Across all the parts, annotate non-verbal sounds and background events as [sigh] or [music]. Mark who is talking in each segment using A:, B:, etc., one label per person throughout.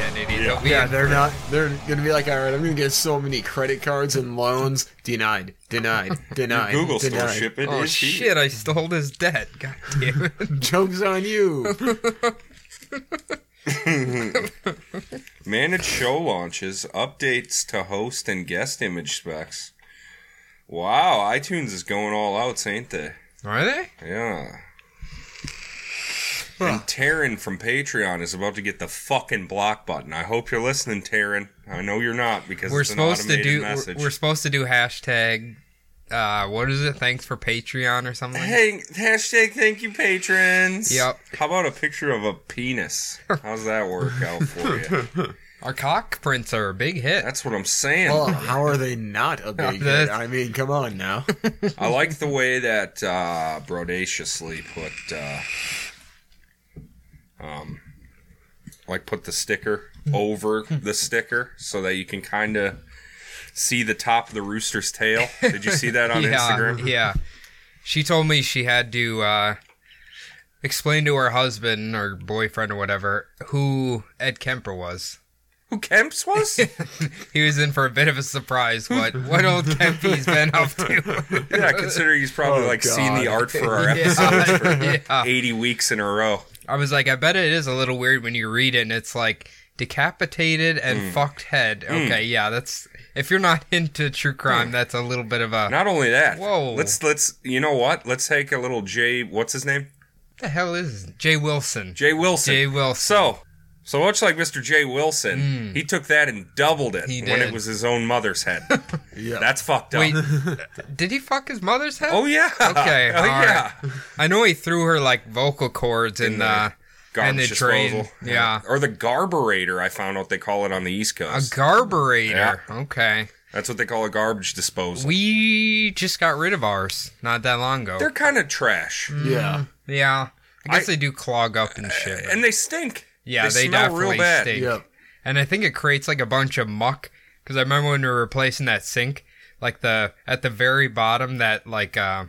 A: an idiot.
B: Yeah.
A: Don't be
C: Yeah,
A: an-
C: they're not. They're gonna be like, all right, I'm gonna get so many credit cards and loans denied,
B: [laughs]
C: denied, denied.
B: Google
C: denied.
B: store ship it
A: Oh
B: is here.
A: shit! I stole his
B: [laughs]
A: debt. God damn it!
C: [laughs] Jokes on you.
B: Manage show launches, updates to host and guest image specs. Wow, iTunes is going all out, ain't they?
A: Are they?
B: Yeah. And Taryn from Patreon is about to get the fucking block button. I hope you're listening, Taryn. I know you're not because
A: We're
B: it's an
A: supposed to
B: automated
A: do. We're,
B: message.
A: we're supposed to do hashtag. Uh, what is it? Thanks for Patreon or something.
B: Hey, hashtag thank you, patrons.
A: Yep.
B: How about a picture of
A: [laughs]
B: a penis? How's that work out for you?
A: Our cock prints are a big hit.
B: That's what I'm saying.
C: Well, how are they not a
B: [laughs]
C: big hit?
A: That's-
C: I mean, come on now.
B: I like the way that uh, Brodaciously put, uh, um, like put the sticker over the sticker so that you can kind of see the top of the rooster's tail. Did you see that
A: [laughs]
B: on
A: yeah,
B: Instagram?
A: yeah. She told me she had to uh, explain to her husband or boyfriend or whatever who Ed Kemper was.
B: Who
A: [laughs]
B: Kemp's was?
A: He was in for a bit of a surprise. What what old Kempy's been up to?
B: yeah, consider he's probably
C: Oh,
B: like seen the
C: God.
B: art [laughs] for
A: [laughs]
B: our episodes for
A: yeah, yeah.
B: 80 weeks in a row.
A: I was like, I bet it is a little weird when you read it and it's like decapitated and
B: Hmm.
A: fucked head. Okay, yeah, that's if you're not [laughs] into true
B: Hmm.
A: crime, that's a little bit of a
B: Not only that,
A: Whoa.
B: let's let's you know what? Let's take a little Jay. What's his name?
A: what the hell is this? Jay Wilson?
B: Jay Wilson.
A: Jay Wilson.
B: So, so much like Mr. Jay Wilson, he took that and doubled it
A: Hmm. He
B: when
A: did.
B: it was his own mother's
A: [laughs]
B: head.
C: Yeah.
B: That's fucked up.
A: Wait, did he fuck his mother's head?
B: Oh yeah.
A: Okay,
B: [laughs] Oh
A: all
B: yeah.
A: I know he threw her like vocal cords in, uh,
B: In
A: the,
B: Garbage
A: And the train,
B: disposal.
A: yeah.
B: Or the garburator. I found out they call it on the East
A: a
B: Coast.
A: garburator. Okay,
B: That's what they call a garbage disposal.
A: we just got rid of ours not that long ago.
B: They're kind of trash,
A: Hmm.
C: Yeah.
A: yeah, I guess
B: I- Uh,
A: they do clog up and shit. but-
B: and they stink.
A: yeah,
B: they
A: they,
B: smell real
A: definitely
B: bad.
A: stink.
C: Yep.
A: And I think it creates like a bunch of muck because I remember when we were replacing that sink, like the at the very bottom that like uh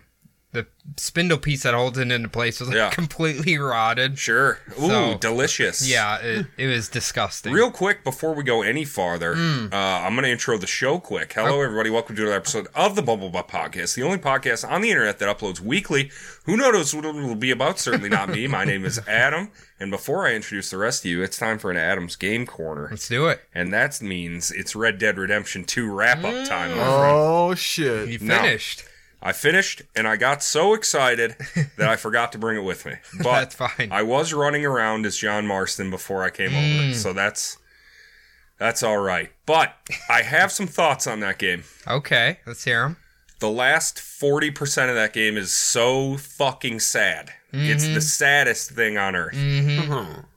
A: the spindle piece that holds it into place was like
B: Yeah.
A: completely rotted.
B: Sure. Ooh,
A: So-
B: delicious.
A: Yeah, it, it was disgusting.
B: Real quick, before we go any farther, uh, I'm going to intro the show quick. Hello, everybody. Welcome to another episode of the Bubble Butt Podcast, the only podcast on the internet that uploads weekly. Who knows what it will be about? Certainly not me. My name is Adam. And before I introduce the rest of you, it's time for an Adam's Game Corner.
A: Let's do it.
B: And that means it's Red Dead Redemption 2 wrap up time. my friend.
C: Oh
A: You
C: shit.
B: No.
A: finished.
B: I finished and I got so excited that I forgot to bring it with me. But
A: That's fine.
B: I was running around as John Marston before I came over, so that's that's all right. But I have some thoughts on that game.
A: okay, let's hear him.
B: The last forty percent of that game is so fucking sad. It's the saddest thing on earth. [laughs]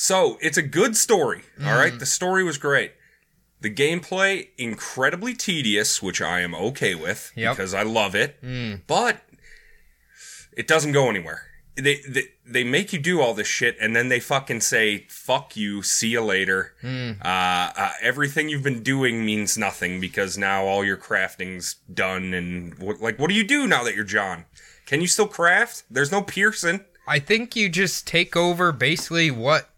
B: So it's a good story. All right, the story was great. The gameplay incredibly tedious, which I am okay with
A: Yep.
B: because I love it. But it doesn't go anywhere. They, they they make you do all this shit, and then they fucking say "fuck you, see you later." Uh, uh, everything you've been doing means nothing because now all your crafting's done. And what, like, what do you do now that you're John? Can you still craft? There's no Pearson.
A: I think you just take over basically what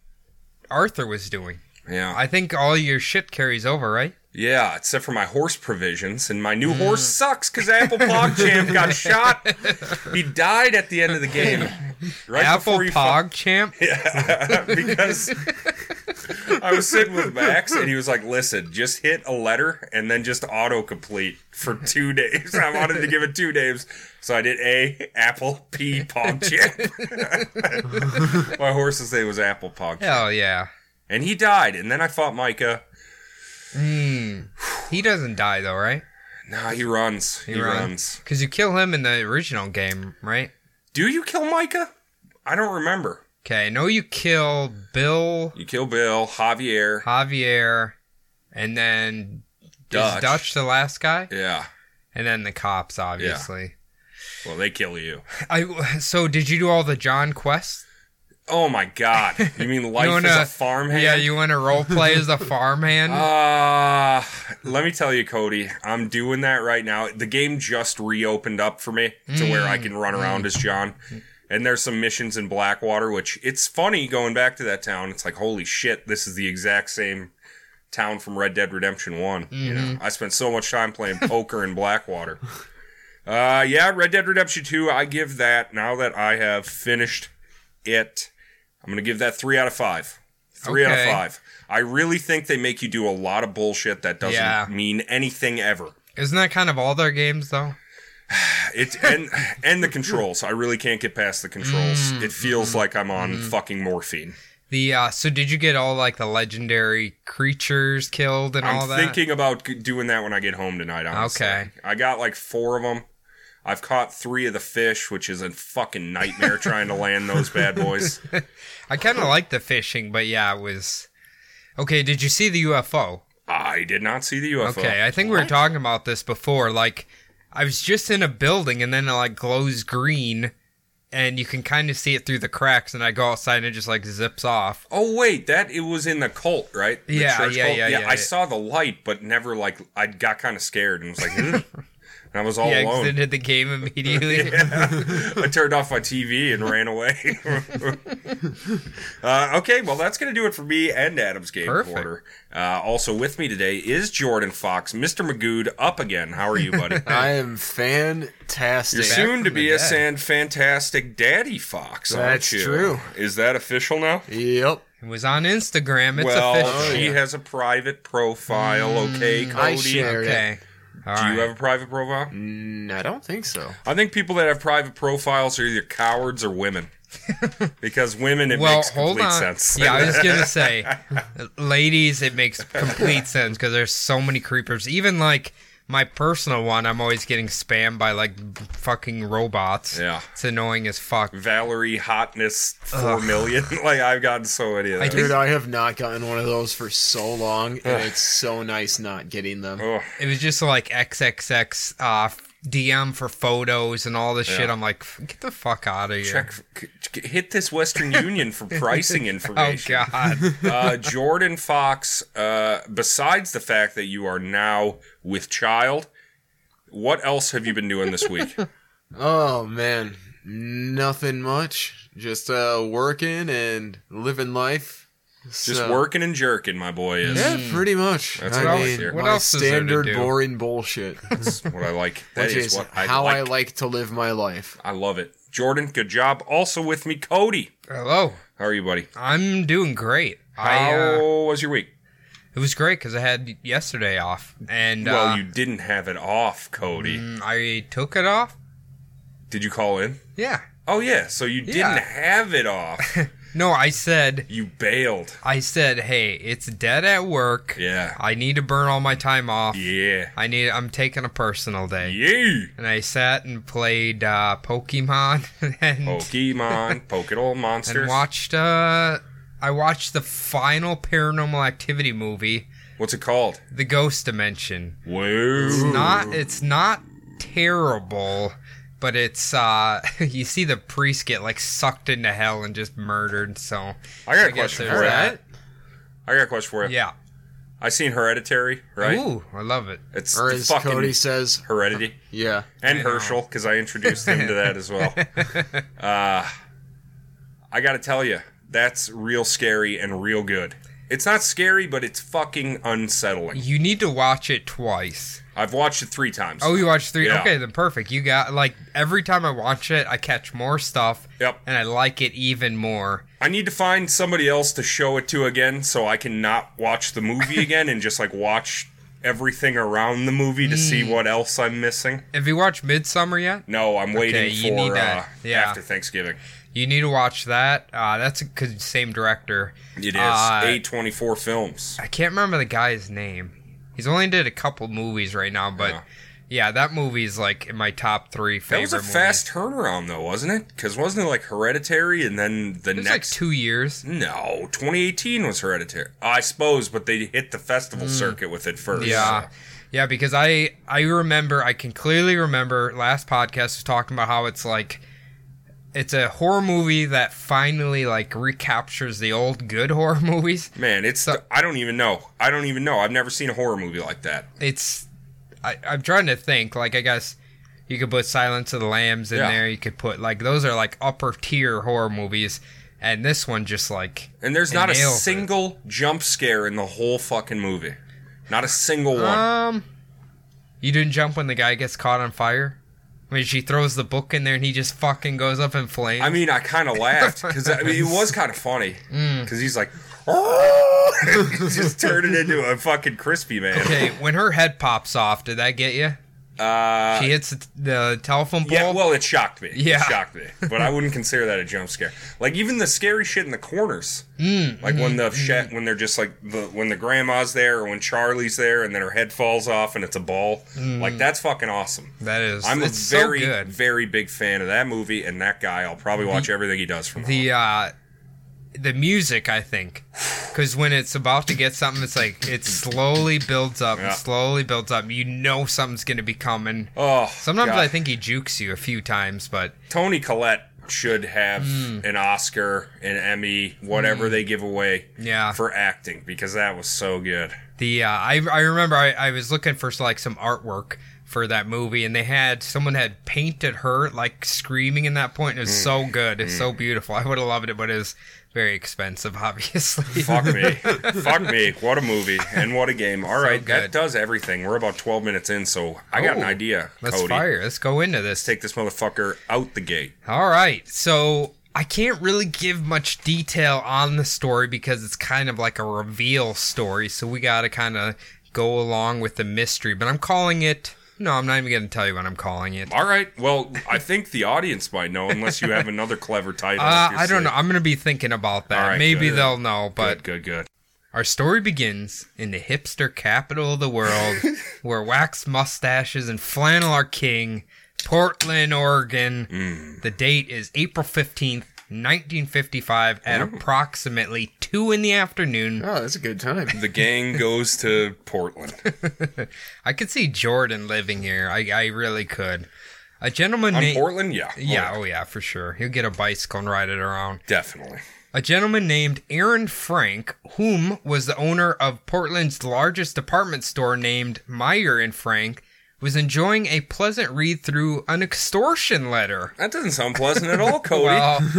A: Arthur was doing.
B: Yeah,
A: I think all your shit carries over, right?
B: Yeah, except for my horse provisions, and my
A: Mm.
B: new horse sucks because Apple
A: [laughs]
B: PogChamp got shot. He died at the end of the game. Right
A: Apple
B: before you fu-
A: Pog
B: [laughs]
A: Champ.
B: because I was sitting with Max, and he was like, "Listen, just hit a letter and then just autocomplete for two days." [laughs] I wanted to give it two names, so I did A Apple P PogChamp. [laughs] my horse's name was Apple PogChamp,
A: Hell yeah.
B: and he died. And then I fought Micah.
A: Hmm. He doesn't die though, right?
B: Nah, he runs. He,
A: run-
B: runs.
A: Because you kill him in the original game, right?
B: Do you kill Micah? I don't remember.
A: Okay, no, you kill Bill,
B: You kill Bill, Javier.
A: Javier, and then
B: Dutch.
A: is Dutch the last guy,
B: Yeah.
A: and then the cops, obviously.
B: Well, they kill you.
A: I so did you do all the John quests?
B: Oh my God.
A: [laughs]
B: You mean life
A: You
B: as
A: wanna-
B: a farmhand?
A: Yeah, you want to role play
B: [laughs]
A: as a farmhand?
B: Uh, let me tell you, Cody, I'm doing that right now. The game just reopened up for me to where I can run around as John. And there's some missions in Blackwater, which it's funny going back to that town. It's like, holy shit, this is the exact same town from Red Dead Redemption one You know, I spent so much time playing [laughs] poker in Blackwater. Uh, yeah, Red Dead Redemption two. I give that now that I have finished it. I'm gonna give that three out of five. Three out
A: Okay.
B: of five. I really think they make you do a lot of bullshit that doesn't
A: Yeah.
B: mean anything ever.
A: Isn't that kind of all their games though?
B: It's and and the controls. I really can't get past the controls.
A: Mm.
B: it
A: Mm-hmm.
B: feels like I'm on fucking morphine.
A: The uh, so did you get all like the legendary creatures killed and all
B: I'm
A: that?
B: thinking about g- doing that when I get home tonight. Honestly.
A: Okay.
B: I got like four of them. I've caught three of the fish, which is a fucking nightmare trying to land those
A: [laughs]
B: bad boys.
A: I kind of like the fishing, but yeah, it was okay. Did you see the UFO?
B: I did not see the UFO.
A: Okay, I think we were talking about this before. Like, I was just in a building, and then it like glows green, and you can kind of see it through the cracks. And I go outside, and it just like zips off.
B: Oh wait, that it was in the cult, right? The
A: Yeah, yeah, yeah, yeah,
B: I
A: yeah.
B: saw the light, but never like I got kind of scared and was like, hmm. and
A: [laughs]
B: I was all
A: He
B: alone.
A: exited the game
B: [laughs]
A: immediately.
B: I turned off my TV and ran away. [laughs] uh, okay, well, that's going to do it for me and Adam's game
A: Perfect.
B: quarter. Uh, also with me today is Jordan Fox, Mr. Magood, up again. How are you, buddy?
A: [laughs]
C: I am fantastic.
B: You're soon
A: from
B: to
A: the
B: be a
A: dead.
B: sand fantastic daddy fox, aren't
C: That's
B: you?
C: true.
B: Is that official now?
C: Yep.
A: It was on Instagram. It's
B: well, oh,
A: official. Oh, Mm,
B: she has a private profile. Okay, Cody.
C: I shared it.
A: okay. All
B: Do
A: right.
B: you have a private profile?
C: Mm, I don't think so.
B: I think people that have private profiles are either cowards or women.
A: [laughs]
B: because women, it
A: well,
B: makes
A: hold
B: complete
A: on.
B: sense.
A: Yeah, I was gonna say, ladies, it makes complete sense because there's so many creepers. Even like my personal one, I'm always getting spammed by like fucking robots.
B: Yeah.
A: it's annoying as fuck.
B: [laughs] Valerie hotness four million. [laughs] like I've gotten so many of
A: I
B: those.
A: think-
C: Dude, I have not gotten one of those for so long, and it's so nice not getting them.
B: Ugh.
A: It was just like XXX uh, DM for photos and all this shit. I'm like, "F- get the fuck out of here.
B: Check, c- hit this Western
A: [laughs]
B: Union for pricing
A: oh
B: information.
A: god.
B: [laughs] uh, Jordan Fox. Uh, besides the fact that you are now with child, what else have you been doing
A: [laughs]
B: this week?
C: Oh man, nothing much. Just uh, working and living life.
B: Just
C: So-
B: working and jerking, my boy. Is
C: Yeah, pretty much.
B: That's
C: I
B: what I
C: mean,
B: was here.
A: What
C: my
A: else is there to
C: standard
A: do?
C: boring bullshit.
A: [laughs]
B: That's what I like. That
C: Which
B: is,
C: is
B: what I
C: how
B: like.
C: I like to live my life.
B: I love it. Jordan, good job. Also with me, Cody.
A: Hello,
B: How are you, buddy?
A: I'm doing great. I,
B: How
A: uh,
B: was your week?
A: it was great because I had yesterday off, and uh,
B: well, you didn't have it off, Cody.
A: Mm. I took it off.
B: Did you call in?
A: Yeah.
B: Oh yeah, so you didn't
A: Yeah.
B: have it off.
A: [laughs] No, I said
B: You bailed.
A: I said, "Hey, it's dead at work.
B: Yeah.
A: I need to burn all my time off.
B: Yeah.
A: I need. I'm taking a personal day."
B: Yeah.
A: And I sat and played uh, Pokemon [laughs] and
B: Pokemon, Pokemon
A: and
B: monsters.
A: watched. Uh, I watched the final Paranormal Activity movie,
B: What's it called?
A: The Ghost Dimension.
B: Whoa.
A: Not. It's not terrible. But it's uh [laughs] you see the priest get like sucked into hell and just murdered, so
B: I got a
A: guess
B: question
A: there's
B: for you.
A: that.
B: I got a question for you.
A: yeah.
B: I seen Hereditary, right?
A: Ooh, I love it.
B: It's
C: Or
B: the
C: as
B: fucking
C: Cody says,
B: Heredity
C: yeah.
B: and Herschel because I introduced him to that as
A: [laughs]
B: well. Uh, I got to tell you, that's real scary and real good. It's not scary, but it's fucking unsettling.
A: You need to watch it twice.
B: I've watched it three times.
A: Oh, you watched three?
B: Yeah.
A: Okay, then perfect. You got like every time I watch it, I catch more stuff.
B: Yep.
A: And I like it even more.
B: I need to find somebody else to show it to again so I can not watch
A: [laughs]
B: the movie again and just like watch everything around the movie to see
A: Mm.
B: what else I'm missing.
A: Have you watched Midsummer yet?
B: No, I'm waiting
A: you
B: for
A: need that.
B: uh,
A: Yeah.
B: after Thanksgiving.
A: You need to watch that. Uh, that's a good same director.
B: It is
A: Uh,
B: A24 Films.
A: I can't remember the guy's name. He's only did a couple movies right now, but
B: Yeah.
A: yeah, that movie is like in my top three
B: That
A: favorite.
B: was a
A: movies.
B: fast turnaround though, wasn't it? Because wasn't it like Hereditary and then the
A: It was like
B: next?
A: two years.
B: no, 2018 was Hereditary. I suppose, but they hit the festival circuit with it first.
A: Mm. Yeah.
B: so.
A: Yeah, because I I remember I can clearly remember last podcast was talking about how it's like it's a horror movie that finally like recaptures the old good [laughs] horror movies.
B: Man, it's I don't even know. I don't even know. I've never seen a horror movie like that.
A: It's I, I'm trying to think like I guess You could put Silence of the Lambs in
B: Yeah.
A: there. You could put like those are like upper tier horror movies, and this one just like
B: And there's not a
A: nails it.
B: single jump scare in the whole fucking movie. Not a single one.
A: um, you didn't jump when the guy gets caught on fire. When she throws the book in there and he just fucking goes up in flames.
B: I mean, I kind of laughed because I mean, it was kind of funny
A: Mm.
B: because
A: [laughs]
B: he's like, [laughs] "Oh!" just turned it into a fucking crispy man.
A: [laughs] okay, when her head pops off, did that get you?
B: Uh,
A: She hits the, the telephone pole.
B: yeah, well, it shocked me.
A: Yeah.
B: it shocked me, but I wouldn't consider that a jump scare. Like even the scary shit in the corners,
A: Mm,
B: like when the shit when they're just like the when the grandma's there or when Charlie's there and then her head falls off and it's a ball. Like that's fucking awesome.
A: that is.
B: I'm
A: Mm. it's
B: a very,
A: so good.
B: very big fan of that movie and that guy. I'll probably watch everything he does from
A: the uh the music i think because when it's about to get something it's like it slowly builds up
B: Yeah.
A: and slowly builds up you know something's gonna be coming
B: on. Oh,
A: sometimes
B: God.
A: i think he jukes you a few times but
B: Tony Collette should have
A: Mm.
B: an Oscar, an Emmy, whatever they give away
A: yeah
B: for acting because that was so good.
A: the uh i, I remember I, I was looking for like some artwork for that movie and they had someone had painted her like screaming in that point and it
B: Mm.
A: was so good it's so beautiful i would have loved it but it was very expensive [laughs] obviously
B: Fuck
A: [laughs]
B: me. Fuck me. What a movie and what a game. All right,
A: good.
B: that does everything. We're about 12 minutes in, so I got an
A: Oh,
B: idea,
A: let's
B: Cody.
A: fire let's go into this
B: Take this motherfucker out the gate.
A: All right. So I can't really give much detail on the story because it's kind of like a reveal story. So we got to kind of go along with the mystery. But I'm calling it. No, I'm not even going to tell you what I'm calling it. Uh,
B: All right. Well, I think the audience might know unless you have another clever title. up your
A: Uh, I don't
B: sleeve.
A: know. I'm going to be thinking about that.
B: All right,
A: Maybe
B: good.
A: they'll know. But
B: Good, good, good.
A: our story begins in the hipster capital of the
B: [laughs]
A: world where wax mustaches and flannel are king, Portland, Oregon.
B: Mm.
A: The date is April 15th, 1955,
B: Oh.
A: at approximately 2 in the afternoon.
C: Oh, that's a good time.
B: The gang goes to Portland.
A: [laughs] I could see Jordan living here. I, I really could. A gentleman
B: On
A: named.
B: Portland? Yeah.
A: yeah,
B: Oh,
A: oh yeah, for sure. He'll get a bicycle and ride it around.
B: Definitely.
A: A gentleman named Aaron Frank, whom was the owner of Portland's largest department store named Meyer and Frank, was enjoying a pleasant read through an extortion letter.
B: That doesn't sound pleasant at all, Cody.
A: Well, [laughs]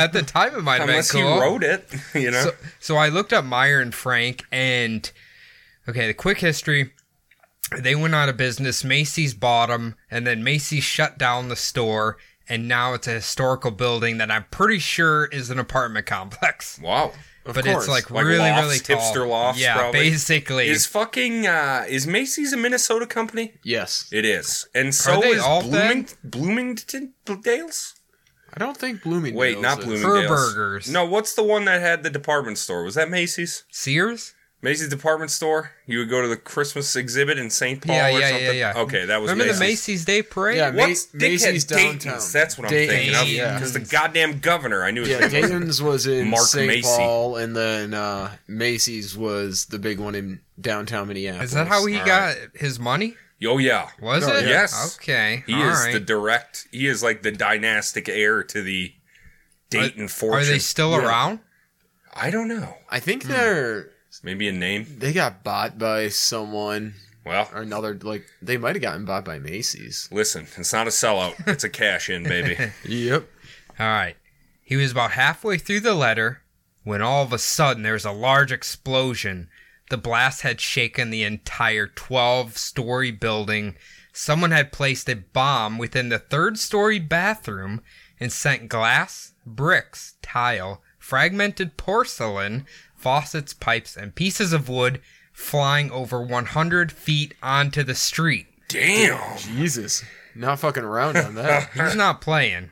A: at the time it might have been
B: Unless he
A: cool.
B: wrote it, [laughs] you know.
A: so, so I looked up Meyer and Frank, and okay, the quick history. They went out of business. Macy's bought 'em, and then Macy's shut down the store, and now it's a historical building that I'm pretty sure is an apartment complex.
B: wow.
C: [laughs] Of
A: but
C: course.
A: it's like,
B: Like
A: really,
B: lofts,
A: really tall.
B: hipster lofts,
A: yeah,
B: probably.
A: basically.
B: Is fucking uh is Macy's a Minnesota company?
C: yes.
B: It is. And so
A: Are they
B: is
A: all
B: Blooming Bloomington Dales?
C: I don't think Bloomingdale's.
B: Wait, not
C: is-
B: Bloomingdale's.
A: Herberger's.
B: No, what's the one that had the department store? Was that Macy's?
A: Sears?
B: Macy's department store? You would go to the Christmas exhibit in St. Paul
A: Yeah,
B: or
A: yeah,
B: something?
A: yeah, yeah.
B: Okay, that was
A: Remember
B: Macy's.
A: the Macy's Day Parade?
C: Yeah, Ma-
B: What's Dickhead
C: Macy's
B: Dayton's?
C: downtown.
B: That's what I'm
C: Dayton's,
B: thinking of.
A: yeah.
B: Because the goddamn governor, I knew
C: [laughs]
B: his
C: Yeah,
B: name was-
C: Dayton's was in
B: Mark
C: St.
B: Macy.
C: Paul, and then uh, Macy's was the big one in downtown Minneapolis.
A: Is that how he
B: All
A: got his money?
B: Oh yeah.
A: Was
C: No,
A: it?
C: yeah.
B: Yes.
A: Okay.
B: He
A: all
B: is
A: right.
B: the direct. He is like the dynastic heir to the Dayton fortune.
A: Are they still
B: Yeah.
A: around?
B: I don't know.
C: I think they're
B: Maybe a name.
C: they got bought by someone
B: Well,
C: or another. Like they might have gotten bought by Macy's.
B: listen, it's not a sellout. It's a cash in, baby.
A: [laughs]
C: Yep.
A: All right. He was about halfway through the letter when all of a sudden there was a large explosion. The blast had shaken the entire 12 story building. Someone had placed a bomb within the third story bathroom and sent glass, bricks, tile, fragmented porcelain, faucets, pipes, and pieces of wood flying over 100 feet onto the street.
B: Damn.
C: Jesus, not fucking around on [laughs] that.
A: He's not playing.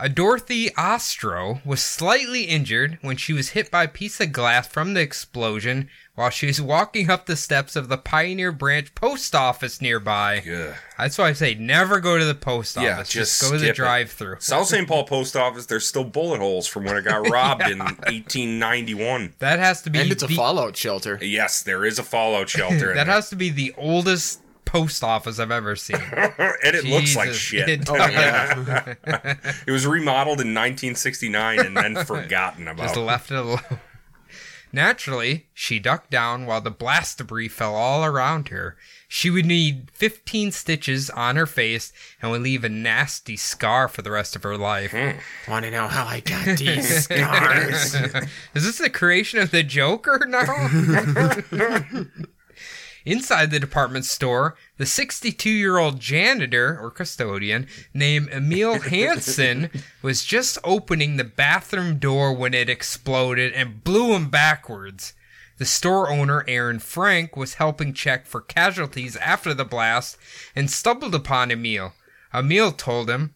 A: A Dorothy Ostro was slightly injured when she was hit by a piece of glass from the explosion while she was walking up the steps of the Pioneer Branch post office nearby.
B: Yeah.
A: That's why I say never go to the post office.
B: Yeah,
A: just,
B: just
A: go to the
B: skip it.
A: drive through.
B: South St. Paul post office. There's still bullet holes from when it got robbed
A: [laughs]
B: in 1891.
A: That has to be
C: and it's a
A: the,
C: fallout [laughs] shelter.
B: Yes, there is a
A: [laughs]
B: fallout shelter. in
A: that
B: there.
A: has to be the oldest post office I've ever seen.
B: and [laughs] it looks like
A: Jesus,
B: shit.
A: it
B: It,
C: Oh yeah,
A: [laughs]
B: was remodeled in 1969 and then forgotten about.
A: Just left it alone. [laughs] Naturally, she ducked down while the blast debris fell all around her. She would need 15 stitches on her face and would leave a nasty scar for the rest of her life.
C: Want to know how I got [laughs] these scars?
A: [laughs] Is this the creation of the Joker [laughs] now? [laughs] Inside the department store, the 62 year old janitor or custodian named Emil Hansen was just opening the bathroom door when it exploded and blew him backwards. The store owner, Aaron Frank, was helping check for casualties after the blast and stumbled upon Emil. Emil told him,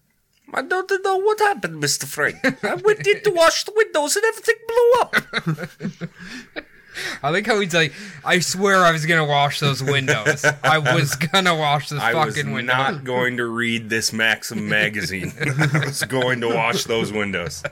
B: I don't know what happened, Mr. Frank. I went in to wash the windows and everything blew
A: [laughs]
B: up.
A: I like how he's like, I swear I was gonna wash those windows. I
B: [laughs]
A: was gonna wash this
B: I was
A: fucking window.
B: not going to read this Maxim magazine. [laughs] I was going to wash those windows.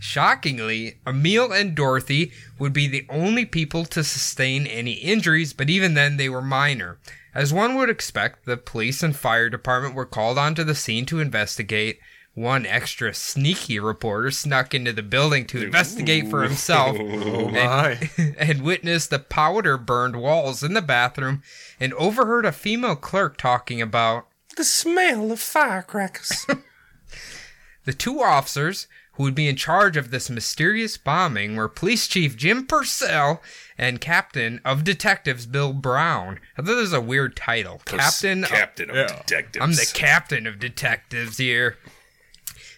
A: Shockingly, Emil and Dorothy would be the only people to sustain any injuries, but even then they were minor. As one would expect, the police and fire department were called onto the scene to investigate. One extra sneaky reporter snuck into the building to investigate for himself.
B: Ooh.
C: My.
A: and witnessed the powder burned walls in the bathroom and overheard a female clerk talking about
B: The smell of firecrackers.
A: the two officers who would be in charge of this mysterious bombing were police chief Jim Purcell and captain of detectives Bill Brown. I thought that was a weird title. Captain of-
B: Captain of
C: Yeah.
B: detectives.
A: I'm the captain of detectives here.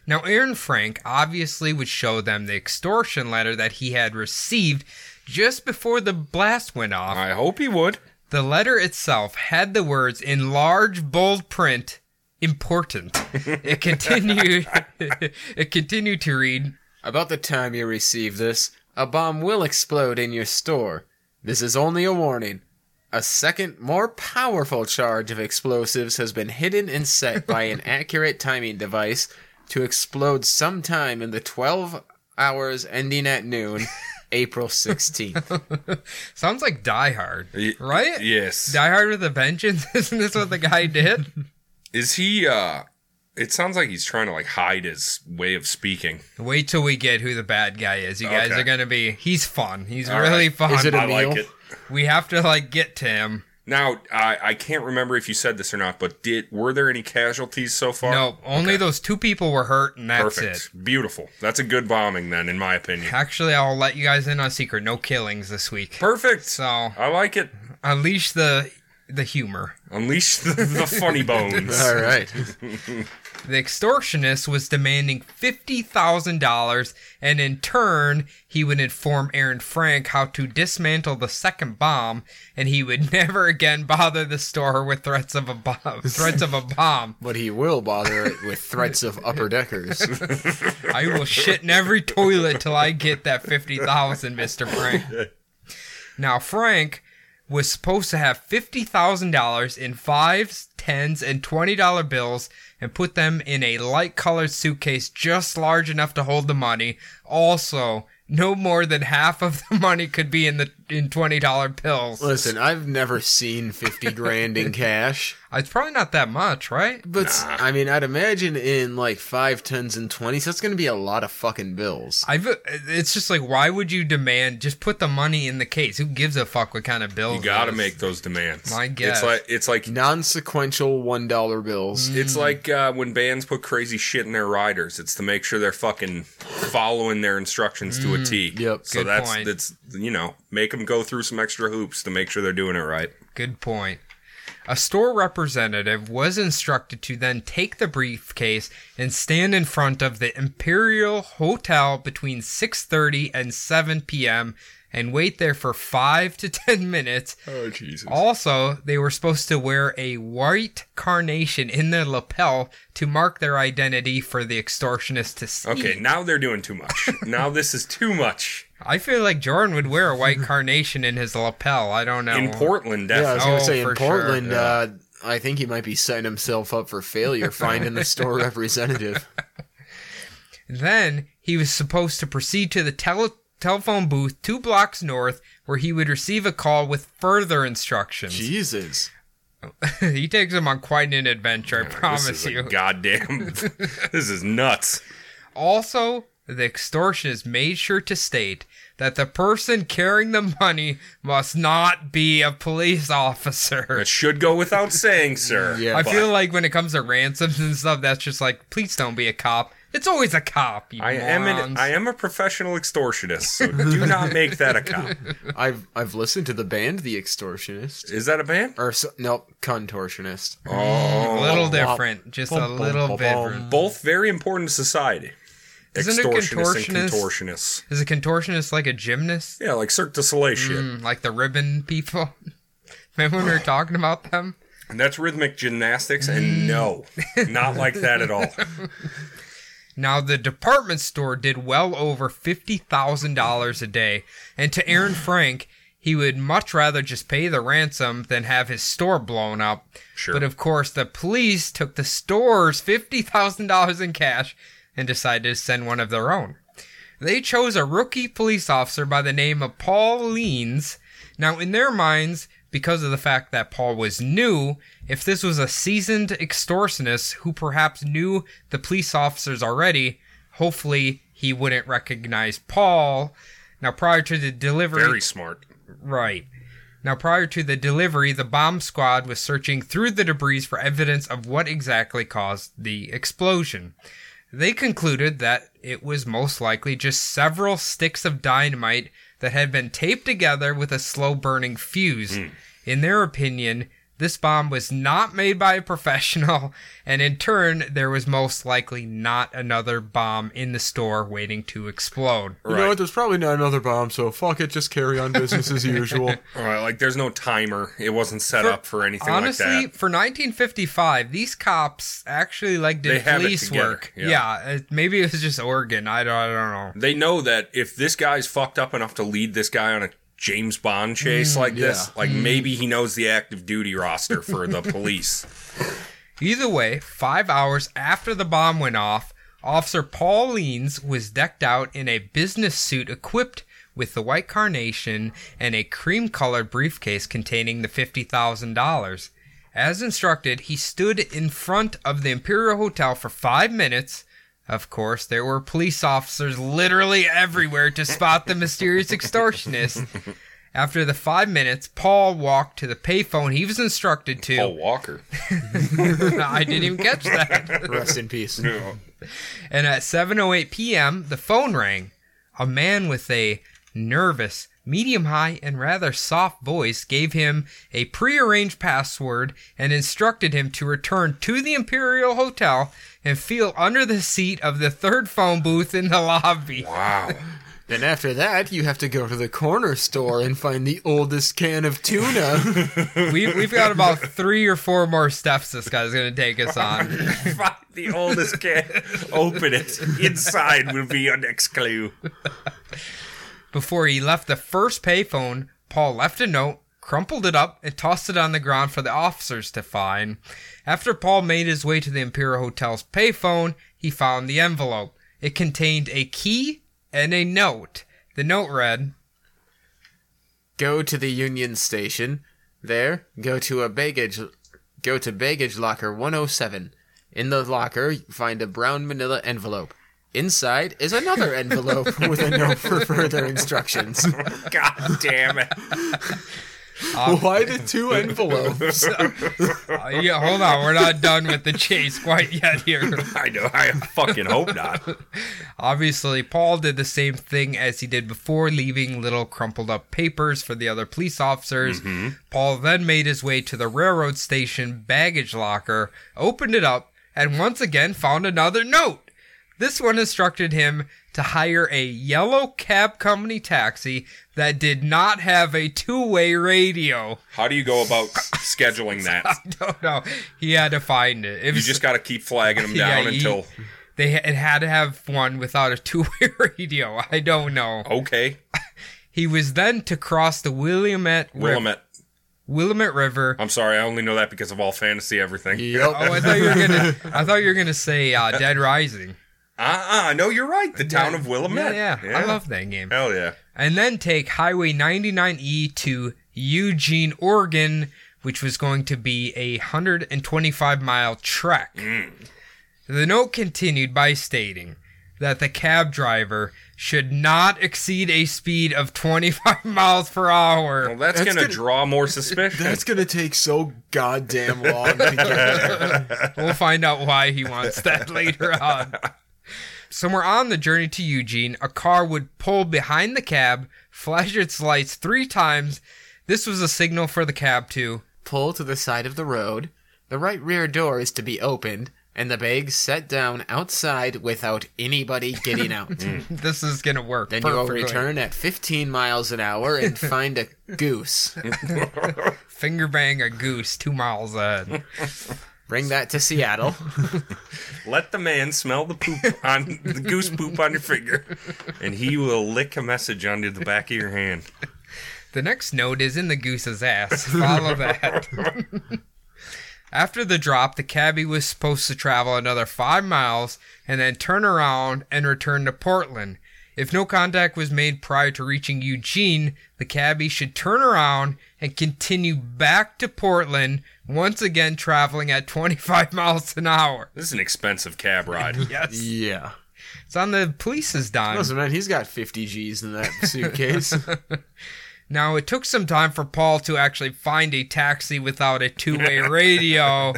A: Now, Aaron Frank obviously would show them the extortion letter that he had received just before the blast went off.
B: I hope he would.
A: The letter itself had the words in large bold print important.
B: [laughs]
A: It continued [laughs] it continued to read
C: About the time you receive this, a bomb will explode in your store. This is only a warning. A second, more powerful charge of explosives has been hidden and set by an accurate timing device to explode sometime in the 12 hours ending at noon, April 16th.
A: sounds like Die Hard.
B: Y-
A: Right?
B: Yes.
A: Die Hard with a vengeance, [laughs] isn't this what the guy did?
B: Is he uh it sounds like he's trying to like hide his way of speaking.
A: Wait till we get who the bad guy is. You guys
B: Okay.
A: are gonna be he's fun. He's
B: All
A: really
B: right.
A: fun.
C: Is it a-
B: I like
C: Emil?
B: it.
A: we have to like get to him.
B: Now, I, I can't remember if you said this or not, but did were there any casualties so far?
A: No, only those two people were hurt and that's
B: Perfect.
A: it.
B: Beautiful. That's a good bombing then, in my opinion.
A: Actually I'll let you guys in on a secret. No killings this week.
B: Perfect.
A: So
B: I like it.
A: unleash the the humor.
B: Unleash the, the
A: [laughs]
B: funny bones.
C: All right.
A: The extortionist was demanding $50,000, and in turn, he would inform Aaron Frank how to dismantle the second bomb, and he would [laughs] never again bother the store with threats of a bomb. threats of a bomb.
C: But he will bother it with threats of upper deckers.
A: I will shit in every toilet till I get that 50,000, Mr. Frank. Now, Frank was supposed to have $50,000 in fives, tens, and $20 bills and put them in a light colored suitcase just large enough to hold the money. Also, no more than half of the money could be in the in $20 bills.
C: Listen, I've never seen 50 grand in cash.
A: It's probably not that much, right?
C: But s- I mean, I'd imagine in like five, tens, and twenties, that's going to be a lot of fucking bills.
A: I've, it's just like, why would you demand just put the money in the case? Who gives a fuck what kind of bills?
B: You gotta
A: it is?
B: make those demands.
A: My guess.
B: It's like it's like
C: Non-sequential one dollar bills.
B: it's
A: Hmm.
B: like uh, when bands put crazy shit in their riders. It's to make sure they're fucking following their instructions to a T.
C: Yep.
B: So
A: Hmm. Good
B: that's
A: point.
B: that's you know make them go through some extra hoops to make sure they're doing it right.
A: Good point. A store representative was instructed to then take the briefcase and stand in front of the Imperial Hotel between 6:30 and 7 p.m. and wait there for 5 to [laughs] 10 minutes.
B: Oh Jesus!
A: Also, they were supposed to wear a white carnation in their lapel to mark their identity for the extortionist to see. [laughs]
B: Okay, now they're doing too much. now this is too much.
A: I feel like Jordan would wear a white [laughs] carnation in his lapel. I don't know.
B: In Portland,
C: Yeah, I
B: definitely.
C: was going
A: Oh,
C: to say in
A: for sure,
C: Portland, uh, I think he might be setting himself up for failure finding the store representative.
A: Then he was supposed to proceed to the tele- telephone booth two blocks north, where he would receive a call with further instructions.
C: Jesus,
A: [laughs] he takes him on quite an adventure, I [laughs]
B: this
A: promise
B: is a
A: you.
B: goddamn. this is nuts.
A: also, the extortionist made sure to state that the person carrying the money must not be a police officer.
B: It should go without saying, sir.
A: [laughs]
C: Yeah.
A: I
B: but
A: feel like when it comes to ransoms and stuff, that's just like, please don't be a cop. It's always a cop. You
B: I am an,
A: morons.
B: I am a professional extortionist, so do not make that
A: [laughs]
B: a cop.
C: I've I've listened to the band The Extortionist.
B: Is that a band?
C: Or so, nope, contortionist.
A: a
B: Oh,
A: little different, just a little bit.
B: both very important to society.
A: Isn't it
B: Extortionists
A: contortionist?
B: and contortionists.
A: Is a contortionist like a gymnast?
B: Yeah, like Cirque du Soleil shit.
A: Mm, Like the ribbon people? [laughs] Remember when we were talking about them?
B: And that's rhythmic gymnastics, and [laughs] no, not like that at all.
A: Now, the department store did well over $50,000 a day, and to Aaron Frank, he would much rather just pay the ransom than have his store blown up.
B: Sure.
A: But of course, the police took the store's $50,000 in cash and decided to send one of their own. They chose a rookie police officer by the name of Paul Leans. Now, in their minds, because of the fact that Paul was new, if this was a seasoned extortionist who perhaps knew the police officers already, hopefully he wouldn't recognize Paul. Now, prior to the delivery,
B: Very smart.
A: Right. Now, prior to the delivery, the bomb squad was searching through the debris for evidence of what exactly caused the explosion. They concluded that it was most likely just several sticks of dynamite that had been taped together with a slow burning fuse. In their opinion, this bomb was not made by a professional, and in turn, there was most likely not another bomb in the store waiting to explode.
C: You know what? There's probably not another bomb, so fuck it. Just carry on business [laughs] as usual.
B: All right, like there's no timer. It wasn't set up for anything
A: honestly
B: like that.
A: for 1955 these cops actually like
B: They
A: did
B: have it
A: police
B: together,
A: work
B: yeah.
A: yeah, uh, maybe it was just oregon i don't, I don't know
B: They know that if this guy's fucked up enough to lead this guy on a James Bond chase like this, like maybe he knows the active duty roster for [laughs] the police.
A: either way five hours after the bomb went off officer paul leans was decked out in a business suit equipped with the white carnation and a cream colored briefcase containing the $50000 as instructed he stood in front of the imperial hotel for five minutes Of course, there were police officers literally everywhere to spot the mysterious extortionist. After the five minutes, Paul walked to the payphone he was instructed
B: Paul
A: to.
B: Walker.
A: [laughs] I didn't even catch that.
C: Rest in peace.
A: And at 7:08 p.m., the phone rang. A man with a nervous, medium high, and rather soft voice gave him a prearranged password and instructed him to return to the Imperial Hotel and feel under the seat of the third phone booth in the lobby.
B: Wow.
C: Then after that, you have to go to the corner store and find the oldest can of [laughs] tuna.
A: we, we've got about three or four more steps this guy's going to take us on.
B: [laughs] Find the oldest kid. Open it. Inside will be your next clue.
A: Before he left the first payphone, Paul left a note, crumpled it up, and tossed it on the ground for the officers to find. After Paul made his way to the Imperial Hotel's payphone, he found the envelope. It contained a key and a note. The note read,
C: go to the Union Station. There, go to a baggage go to baggage locker 107. In the locker, you find a brown manila envelope. Inside is [laughs] another envelope with a note for further [laughs] instructions.
B: God damn it.
C: Why the [laughs] two envelopes?
A: Uh, yeah, hold on, we're not done with the chase quite yet here.
B: I know. I fucking hope not.
A: Obviously, Paul did the same thing as he did before, leaving little crumpled up papers for the other police officers.
B: Mm-hmm.
A: Paul then made his way to the railroad station baggage locker, opened it up, and once again found another note. This one instructed him to hire a yellow cab company taxi that did not have a two way radio. [laughs]
B: How do you go about scheduling that?
A: No, no, he had to find it. It
B: You
A: was
B: just got to keep flagging them down
A: Yeah, you-
B: until
A: they it had to have one without a two way [laughs] radio. I don't know.
B: okay.
A: He was then to cross the Willamette Riv-
B: Willamette. Oh.
A: Willamette River.
B: I'm sorry, I only know that because of all fantasy everything.
A: Oh,
C: yep.
A: I thought you were gonna. I thought you were gonna say uh,
B: [laughs]
A: Dead Rising.
B: Uh uh no, you're right. The town of Willamette.
A: Yeah, yeah, I love that game.
B: Hell yeah.
A: And then take Highway 99E to Eugene, Oregon, which was going to be a
B: Hmm.
A: 125 mile trek. The note continued by stating that the cab driver should not exceed a speed of 25 [laughs] miles per hour.
B: Well, that's,
C: That's
B: gonna,
C: gonna-
B: draw more suspicion.
C: That's gonna take so goddamn long to get [laughs] there.
A: We'll find out why he wants
C: [laughs]
A: that later on. Somewhere on the journey to Eugene, a car would pull behind the cab, flash its lights three times. This was a signal for the cab to.
C: Pull to the side of the road. The right rear door is to be opened, and the bags set down outside without anybody
A: [laughs]
C: getting out.
A: This is gonna work.
C: Then you
A: perfectly.
C: overturn at 15 miles an
A: [laughs]
C: hour and find a goose.
A: Finger bang a goose two miles ahead.
C: Bring that
A: [laughs]
C: to Seattle.
B: [laughs] Let the man smell the poop on the goose poop on your finger, and he will lick a message onto the back of your hand.
A: The next note is in the goose's ass. Follow that. After the drop, the cabbie was supposed to travel another five miles and then turn around and return to Portland. If no contact was made prior to reaching Eugene, the cabbie should turn around and continue back to Portland, once again traveling at 25 miles an hour.
B: This is an expensive cab ride.
A: [laughs] Yes.
C: yeah.
A: It's on the police's dime.
C: [laughs] Listen, man, he's got 50 G's in that
A: [laughs]
C: suitcase.
A: Now, it took some time for Paul to actually find a taxi without a two
C: [laughs]
A: way radio.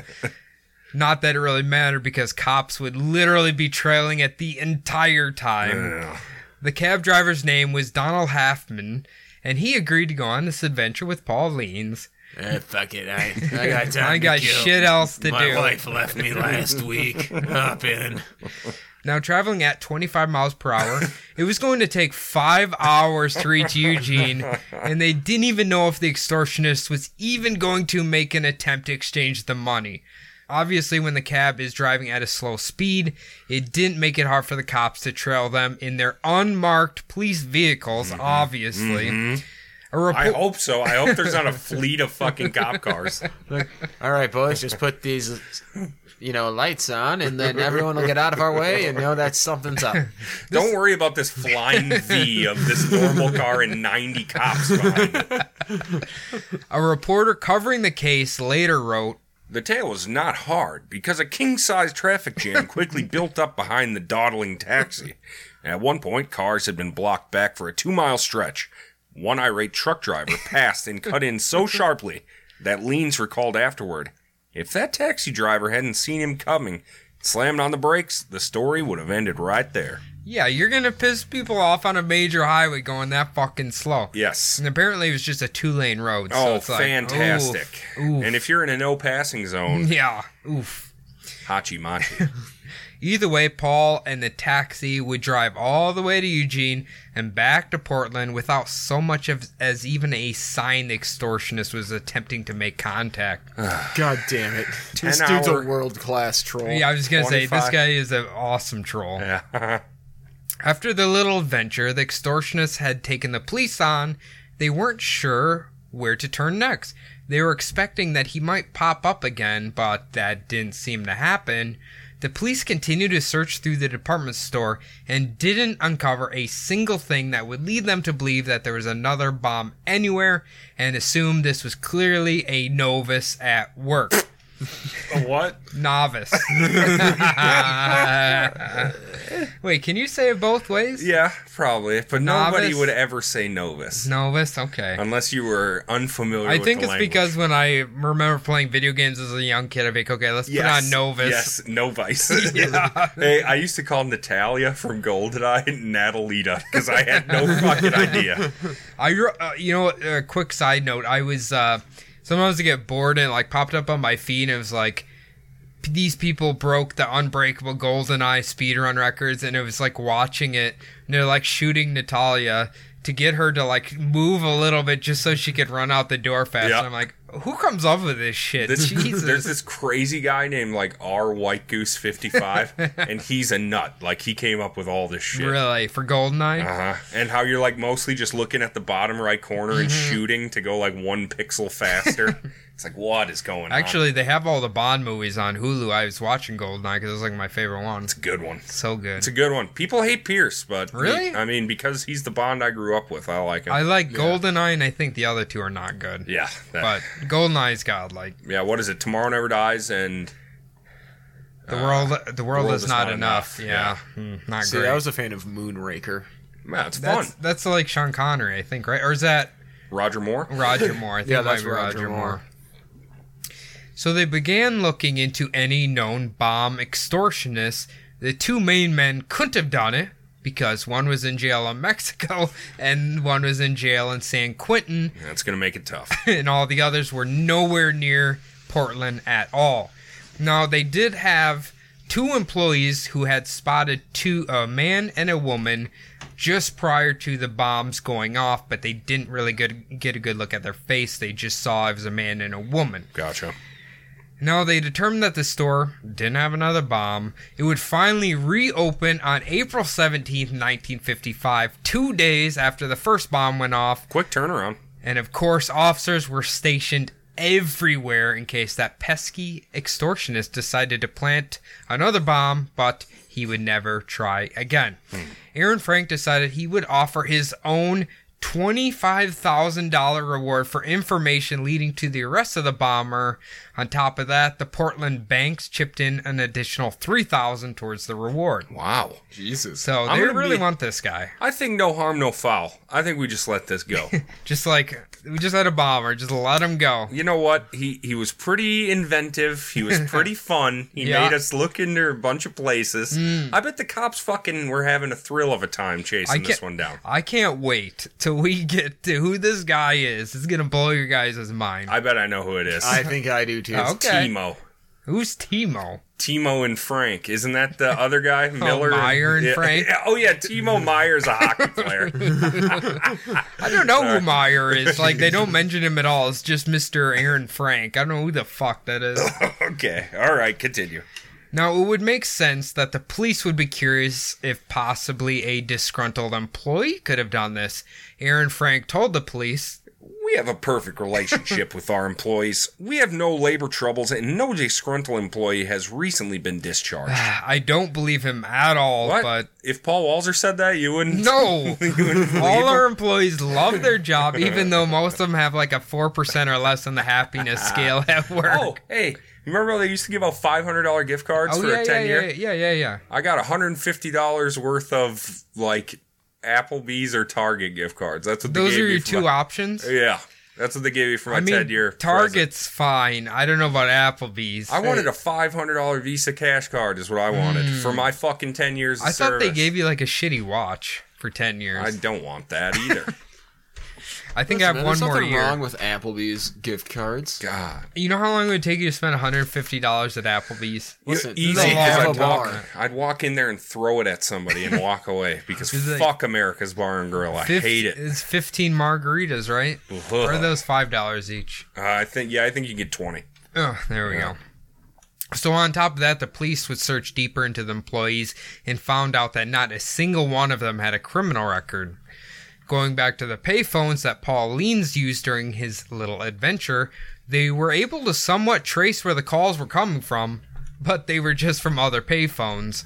A: Not that it really mattered because cops would literally be trailing it the entire time.
B: Ugh.
A: The cab driver's name was Donald Halfman, and he agreed to go on this adventure with Paul Leans.
C: Eh, fuck it, I, I
A: [laughs]
C: got time.
A: I got
C: to kill.
A: shit else to
C: My
A: do.
C: wife left
A: [laughs]
C: me last week. Up in.
A: Now, traveling at 25 miles per
B: [laughs]
A: hour, it was going to take five hours to reach Eugene, and they didn't even know if the extortionist was even going to make an attempt to exchange the money. Obviously, when the cab is driving at a slow speed, it didn't make it hard for the cops to trail them in their unmarked police vehicles, obviously. A report.
B: Mm-hmm. I hope so. I hope there's not a fleet of fucking cop cars.
C: All right, boys, just put these, you know, lights on, and then everyone will get out of our way and know that something's up.
B: Don't worry about
A: [laughs]
B: this flying V of this normal car and 90 cops behind it.
A: a reporter covering the case later wrote
B: The tail was not hard because a king sized traffic
A: [laughs]
B: jam quickly built up behind the dawdling taxi. At one point, cars had been blocked back for a two mile stretch. One irate truck driver passed and cut
A: [laughs]
B: in so sharply that Leans recalled afterward if that taxi driver hadn't seen him coming, slammed on the brakes, the story would have ended right there.
A: Yeah, you're gonna piss people off on a major highway going that fucking slow.
B: Yes.
A: And apparently it was just a two lane road. so
B: Oh,
A: it's like,
B: fantastic.
A: Oof, oof.
B: And if you're in a no passing zone,
A: yeah, oof.
B: hachi
A: [laughs]
B: machi.
A: Either way, Paul and the taxi would drive all the way to Eugene and back to Portland without so much of, as even a sign the extortionist was attempting to make contact.
C: God damn it. This
B: Ten
C: dude's
B: hour-
C: a world class troll.
A: yeah, I was going to say, this
B: 25.
A: guy is an awesome troll.
B: Yeah.
A: After the little adventure, the extortionists had taken the police on. They weren't sure where to turn next. They were expecting that he might pop up again, but that didn't seem to happen. The police continued to search through the department store and didn't uncover a single thing that would lead them to believe that there was another bomb anywhere and assumed this was clearly a novice at work.
B: what?
A: Novice. [laughs] Wait, can you say it both ways?
B: Yeah, probably. But nobody
A: Novice?
B: would ever say novice.
A: Novice? Okay.
B: Unless you were unfamiliar
A: I
B: with
A: think
B: the
A: it's
B: language.
A: because when I remember playing video games as a young kid, I think, okay, let's put on Novus. [laughs]
B: Yes, [laughs] novice. yeah. Hey, I used to call Natalia from Goldeneye Natalita because I
A: [laughs]
B: had no fucking idea.
A: I, re- uh, you know, a uh, quick side note. I was uh, sometimes I get bored and it, like popped up on my feed and it was like, p- these people broke the unbreakable GoldenEye speedrun records, and it was like watching it. And they're like shooting Natalia to get her to like move a little bit just so she could run out the door fast.
B: Yeah.
A: And I'm like, who comes up with this shit? [laughs]
B: This, [laughs]
A: Jesus.
B: There's this crazy guy named like R White
A: [laughs]
B: Goose 55, and he's a nut. Like he came up with all this shit.
A: Really, for GoldenEye?
B: Uh-huh. And how you're like mostly just looking at the bottom right corner and
A: Mm-hmm.
B: shooting to go like one pixel faster.
A: [laughs]
B: it's like what is going on?
A: Actually, they have all the Bond movies on Hulu. I was watching Goldeneye because it was like my favorite one. It's
B: Actually, good one.
A: so good.
B: It's a good one. People hate Pierce, but
A: Really?
B: I mean, because he's the Bond I grew up with, I like him.
A: I like Goldeneye, and I think the other two are not good.
B: yeah, that-
A: But Goldeneye's godlike.
B: yeah. What is it? Tomorrow Never Dies and
A: The world, the world, is, not, enough. Yeah, Mm, not
C: See,
A: great.
C: I was a fan of Moonraker.
B: Yeah, it's fun.
A: that's that's like Sean Connery, I think, right? Or is that
B: Roger Moore.
A: Roger Moore? I think
C: Yeah,
A: it might
C: that's
A: be
C: Roger Moore.
A: So they began looking into any known bomb extortionists. The two main men couldn't have done it because one was in jail in Mexico [laughs] and one was in jail in San Quentin.
B: That's gonna make it tough. [laughs]
A: and all the others were nowhere near Portland at all. Now they did have two employees who had spotted two a man and a woman just prior to the bombs going off, but they didn't really good, get a good look at their face. They just saw it was a man and a woman.
B: Gotcha.
A: Now they determined that the store didn't have another bomb. It would finally reopen on April 17th, 1955, two days after the first bomb went off,
B: Quick turnaround.
A: and of course, officers were stationed everywhere in case that pesky extortionist decided to plant another bomb, but he would never try again.
B: Hmm.
A: Aaron Frank decided he would offer his own $25,000 reward for information leading to the arrest of the bomber. On top of that, the Portland banks chipped in an additional 3000 towards the reward.
B: Wow.
C: Jesus.
A: So
B: I'm
A: they
B: gonna
A: really
B: be-
A: want this guy.
B: I think no harm, no foul. I think we just let this go.
A: [laughs] Just like we just had a bomber, just let him go.
B: you know what? He he was pretty inventive. He was
A: [laughs]
B: pretty fun. He
A: Yeah.
B: made us look into a bunch of places. I bet the cops fucking were having a thrill of a time chasing this
A: can't-
B: one down.
A: I can't wait till we get to who this guy is. It's gonna blow your guys' mind.
B: I bet I know who it is.
A: [laughs]
C: I think I do too.
A: Oh. okay.
B: Timo.
A: Who's Timo?
B: Timo and Frank. Isn't
A: [laughs]
B: that the other guy? Miller.
A: Oh, Meyer and
B: yeah.
A: Frank?
B: [laughs] Oh yeah,
A: [laughs]
B: Timo Meyer's a hockey player.
A: I don't know who Meyer is. Like they don't mention him at all. It's just Mr. Aaron Frank. I don't know who the fuck that is.
B: okay. All right, continue.
A: Now, it would make sense that the police would be curious if possibly a disgruntled employee could have done this. Aaron Frank told the police. [sighs]
B: We have a perfect relationship with our employees. We have no labor troubles, and no disgruntled employee has recently been discharged.
A: I don't believe him at all,
B: What?
A: but
B: if Paul Walzer said that, you wouldn't. [laughs]
A: No, all our employees love their job, even though most of them have like a four percent or less on the
B: [laughs]
A: happiness scale at work.
B: Oh, hey, you remember they used to give out five hundred dollar gift cards
A: Oh,
B: for
A: yeah,
B: a
A: yeah,
B: ten year?
A: yeah, yeah, yeah, yeah.
B: I got hundred and fifty dollars worth of like Applebee's or Target gift cards. That's what
A: Those
B: they gave
A: are
B: me
A: your
B: for
A: two
B: My,
A: options.
B: yeah, that's what they gave me for my
A: I mean,
B: ten year
A: Target's fine. I don't know about Applebee's.
B: I wanted a five hundred dollar Visa cash card is what I wanted for my fucking ten years. Of
A: Hmm. I thought they
B: service.
A: gave you like a shitty watch for ten
B: I
A: years.
B: don't want that
A: [laughs]
B: either.
A: I, think I have one
C: there's
A: more
C: nothing
A: year.
C: wrong with Applebee's gift cards.
B: God,
A: you know how long it would take you to spend one hundred fifty dollars at Applebee's?
C: Listen,
B: easy
C: this is
A: as
B: as
A: a
B: I'd walk,
C: bar.
B: I'd walk in there and throw it at
A: [laughs]
B: somebody and walk away because
A: Is it-
B: fuck America's Bar and Grill. I
A: Fif-
B: hate it.
A: It's fifteen margaritas, right?
B: Ugh.
A: Or are those five dollars each?
B: Uh, I think yeah, I think you get twenty.
A: Oh, there we go. So on top of that, the police would search deeper into the employees and found out that not a single one of them had a criminal record. Going back to the payphones that Paul Leans used during his little adventure, they were able to somewhat trace where the calls were coming from, but they were just from other payphones.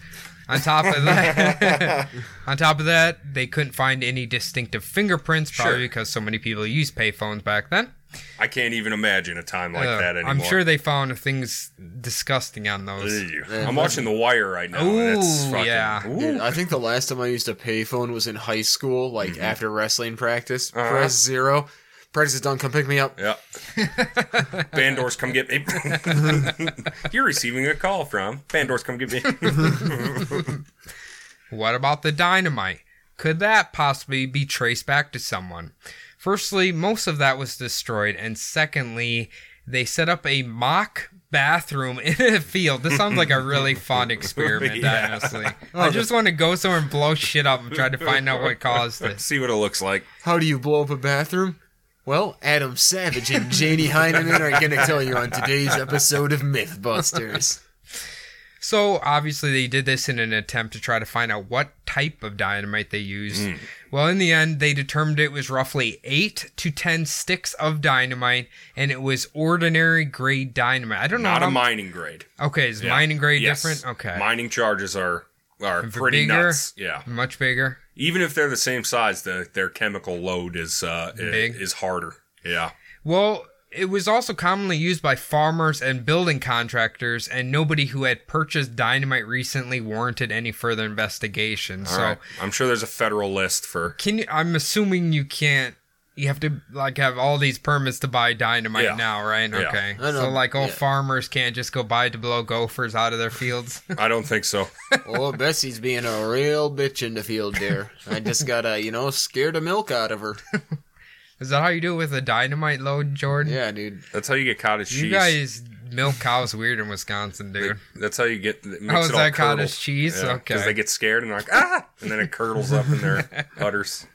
A: On top of that, on top of that, they couldn't find any distinctive fingerprints, probably
B: Sure.
A: because so many people used payphones back then.
B: I can't even imagine a time like
A: Ugh,
B: that anymore.
A: Oh, I'm sure they found things disgusting on those.
B: Ew. I'm watching The Wire right now. and it's
A: Ooh,
B: fucking,
A: yeah.
B: Ooh.
C: Dude, I think the last time I used a payphone was in high school, like
A: Mm-hmm.
C: after wrestling practice.
A: Uh-huh.
C: Press zero. Practice is done. Come pick me up.
B: yeah. Bandors, come get me. [laughs] You're receiving a call from Bandors, come get me.
A: What about the dynamite? Could that possibly be traced back to someone? Firstly, most of that was destroyed, and secondly, they set up a mock bathroom [laughs] in a field. This sounds like a
B: [laughs]
A: really fun experiment,
B: Yeah. [laughs] Oh,
A: honestly. I just want to go somewhere and blow shit up and try to find out what caused this.
B: [laughs] See what it looks like.
C: How do you blow up a bathroom? Well, Adam Savage
A: [laughs]
C: and Janie Heineman are going to tell you on today's episode of Mythbusters.
A: So obviously they did this in an attempt to try to find out what type of dynamite they used.
B: Hmm.
A: Well, in the end, they determined it was roughly eight to ten sticks of dynamite, and it was ordinary grade dynamite. I don't know.
B: Not
A: how
B: a
A: mu-
B: mining grade.
A: Okay, is mining grade
B: Yes.
A: different? Okay,
B: Mining charges are are
A: If they're
B: pretty
A: bigger-
B: nuts. Yeah.
A: much bigger.
B: Even if they're the same size, the, their chemical load is uh, i-
A: Big.
B: is harder. Yeah.
A: Well, it was also commonly used by farmers and building contractors, and nobody who had purchased dynamite recently warranted any further investigation.
B: All
A: so,
B: right. I'm sure there's a federal list for.
A: can you, I'm assuming you can't. You have to like have all these permits to buy dynamite
B: Yeah.
A: now, right?
B: Yeah.
A: Okay,
C: I
A: so
C: don't-
A: like all
C: yeah.
A: farmers can't just go buy to blow gophers out of their fields. [laughs]
B: I don't think so.
C: well, Oh, Bessie's being a real bitch in the field there. I just gotta, you know, scare the milk out of her.
A: Is that how you do it with a dynamite load, Jordan?
C: Yeah, dude.
B: That's how you get cottage cheese.
A: You guys milk cows weird in Wisconsin, dude.
B: That's how you get. It makes
A: Oh,
B: it
A: is
B: all
A: that
B: curdle.
A: cottage cheese? Okay.
B: Because they get scared and they're like ah, and then it curdles up
A: [laughs]
B: in their udders.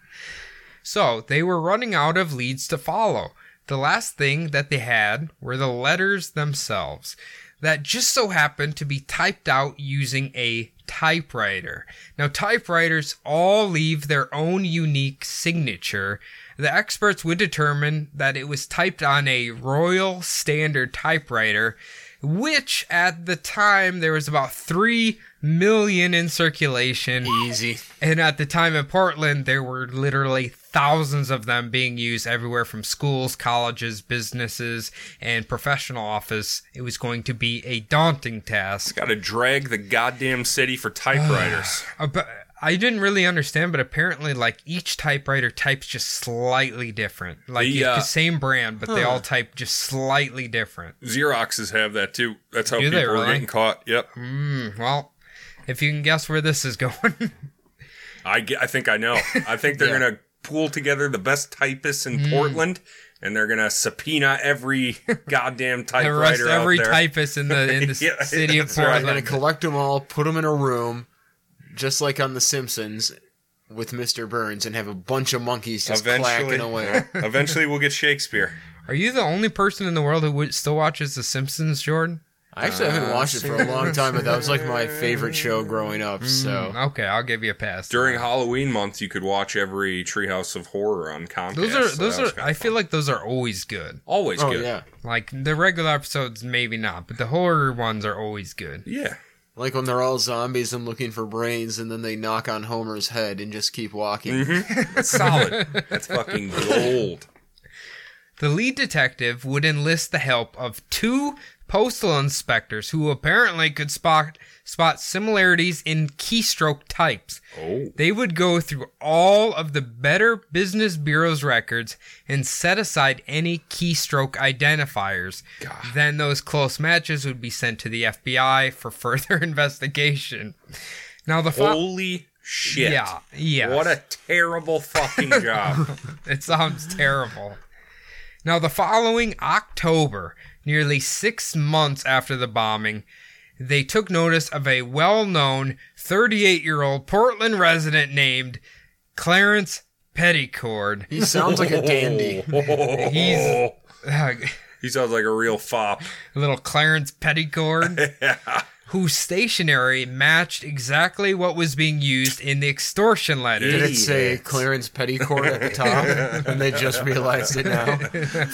A: So they were running out of leads to follow. The last thing that they had were the letters themselves that just so happened to be typed out using a typewriter. Now, typewriters all leave their own unique signature. The experts would determine that it was typed on a Royal Standard typewriter, which at the time there was about 3 million in circulation.
C: Easy.
A: And at the time in Portland, there were literally thousands of them being used everywhere from schools, colleges, businesses, and professional office. It was going to be a daunting task.
B: Got to drag the goddamn city
A: [sighs]
B: for typewriters.
A: Ab- Uh, I didn't really understand, but apparently, like each typewriter types just slightly different. Like
B: The,
A: it's the
B: uh,
A: same brand, but they all type just slightly different.
B: Xeroxes have that too. That's how
A: Do they
B: people were
A: really?
B: getting caught. Yep.
A: Hmm,
B: Mm-hmm.
A: well, if you can guess where this is [laughs] going,
B: I, ge- I think I know. I
A: [laughs]
B: think they're
C: Yeah.
B: going to pool together the best typists in
A: Hmm.
B: Portland and they're going to subpoena every goddamn
A: arrest
B: typewriter out
A: every
B: there.
A: typist in the in the
B: [laughs] Yeah,
A: city of
B: that's right.
A: Portland.
C: I'm gonna collect them all, put them in a room, just like on The Simpsons, with Mr. Burns, and have a bunch of monkeys just
B: eventually,
C: clacking away.
B: yeah, eventually we'll get Shakespeare.
A: Are you the only person in the world who would- still watches The Simpsons, Jordan?
C: I actually
B: Ah,
C: haven't watched it for a long time, but that was like my favorite show growing up.
B: Mm,
C: So
A: Mm, Okay, I'll give you a pass.
B: During Halloween month, you could watch every Treehouse of Horror on Comcast.
A: those
B: so
A: are
B: that
A: those
B: was
A: are.
B: kinda
A: I feel like those are always good.
B: always
C: Oh
B: good.
C: yeah,
A: Like the regular episodes, maybe not, but the horror ones are always good.
B: Yeah.
C: like when they're all zombies and looking for brains, and then they knock on Homer's head and just keep walking.
B: Mm-hmm. That's solid.
A: [laughs]
B: That's fucking gold.
A: The lead detective would enlist the help of two postal inspectors who apparently could spot spot similarities in keystroke types.
B: Oh.
A: They would go through all of the Better Business Bureau's records and set aside any keystroke identifiers. Then those close matches would be sent to the FBI for [laughs] further investigation. Now the fo-
B: Holy shit.
A: yeah yeah
B: What a terrible fucking job.
A: it sounds terrible. Now, the following October, nearly six months after the bombing, they took notice of a well known 38 year old Portland resident named Clarence Petticord. [laughs]
C: He sounds [laughs] like a
B: Oh,
C: dandy.
A: He's-
B: He sounds like a real fop.
A: little Clarence Petticord, whose stationery matched exactly what was being used in the extortion
C: Did
A: letters.
C: it say
B: Idiot.
C: Clarence Petticord at the top?
B: [laughs]
C: and they just realized it now.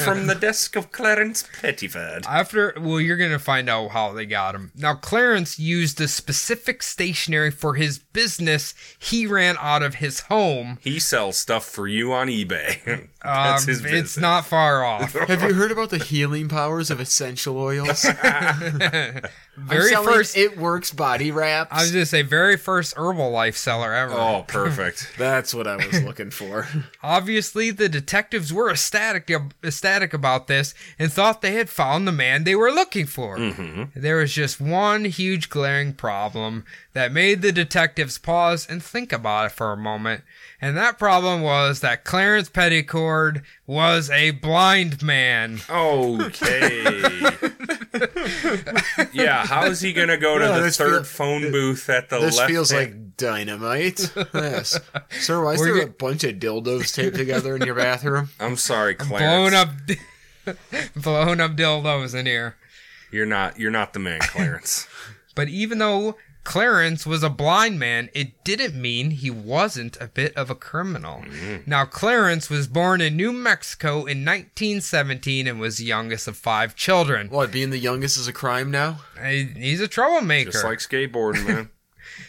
B: From the desk of Clarence Pettiford.
A: After, well, you're going to find out how they got him. Now, Clarence used the specific stationery for his business he ran out of his home.
B: He sells stuff for you on eBay. [laughs] That's
A: Um,
B: his business.
A: It's not far
B: [laughs]
A: off.
C: Have you heard about the healing powers of essential oils?
A: Very
C: I'm selling
A: first,
C: it works body wraps.
A: I was going to say, very first Herbalife seller ever.
B: Oh, perfect.
C: That's what I was
A: [laughs]
C: looking for.
A: Obviously, the detectives were ecstatic, ecstatic about this and thought they had found the man they were looking for. There was just one huge glaring problem that made the detectives pause and think about it for a moment. And that problem was that Clarence Petticord was a blind man.
B: Okay. yeah, how is he going to go to
C: No,
B: the
C: this
B: third
C: feel-
B: phone booth at the
C: This
B: left?
C: feels like dynamite.
A: [laughs]
C: Yes. Sir, why is
A: We're
C: there a
A: go-
C: bunch of dildos taped together in
A: [laughs]
C: your bathroom?
B: I'm sorry,
A: Blown
B: Clarence.
A: up, [laughs] blown up dildos in here.
B: You're not you're not the man,
C: [laughs]
B: Clarence.
A: But even though Clarence was a blind man, it didn't mean he wasn't a bit of a criminal. Now, Clarence was born in New Mexico in 1917 and was the youngest of five children.
C: What, being the youngest is a crime now?
A: He- He's a troublemaker.
B: Just like skateboarding, man.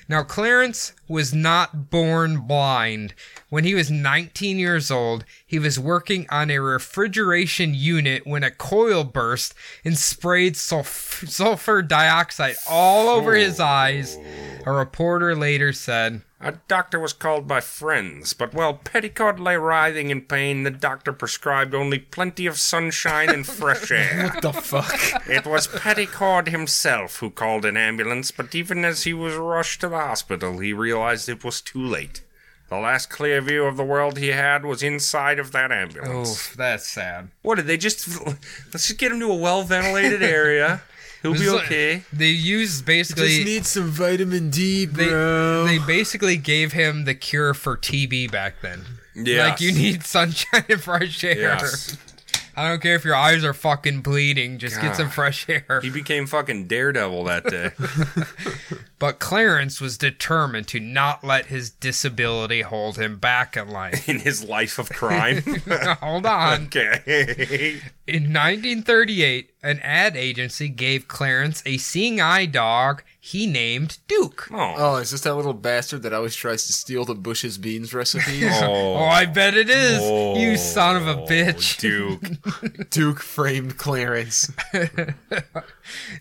A: Now, Clarence was not born blind. When he was 19 years old, he was working on a refrigeration unit when a coil burst and sprayed sulf- sulfur dioxide all over his eyes. A reporter later said,
B: A doctor was called by friends, but while Petticoat lay writhing in pain, the doctor prescribed only plenty of sunshine
A: [laughs]
B: and fresh air.
C: The fuck?
B: It was Petticoat himself who called an ambulance, but even as he was rushed to the hospital, he realized it was too late. The last clear view of the world he had was inside of that ambulance.
A: Oof, that's sad.
B: What did they just? Let's just get him to a
A: [laughs]
B: well ventilated area. He'll be
A: It's like-
B: okay.
A: They used basically.
C: some vitamin D,
A: they, they basically gave him the cure for TB back then.
B: Yes.
A: Like, you need sunshine and fresh air.
B: Yes.
A: I don't care if your eyes are fucking bleeding, just get some
B: God.
A: fresh air.
B: He became fucking daredevil that day.
A: But Clarence was determined to not let his disability hold him back in
B: [laughs]
A: life. [laughs]
B: in his life of crime.
A: Hold on.
B: okay.
A: In 1938, an ad agency gave Clarence a seeing eye dog he named Duke.
B: Oh.
C: Oh, is this that little bastard that always tries to steal the Bush's beans recipes?
A: [laughs] Oh, I bet it is. you son of a
B: Oh,
A: bitch.
B: Duke.
C: Duke framed Clarence.
A: [laughs]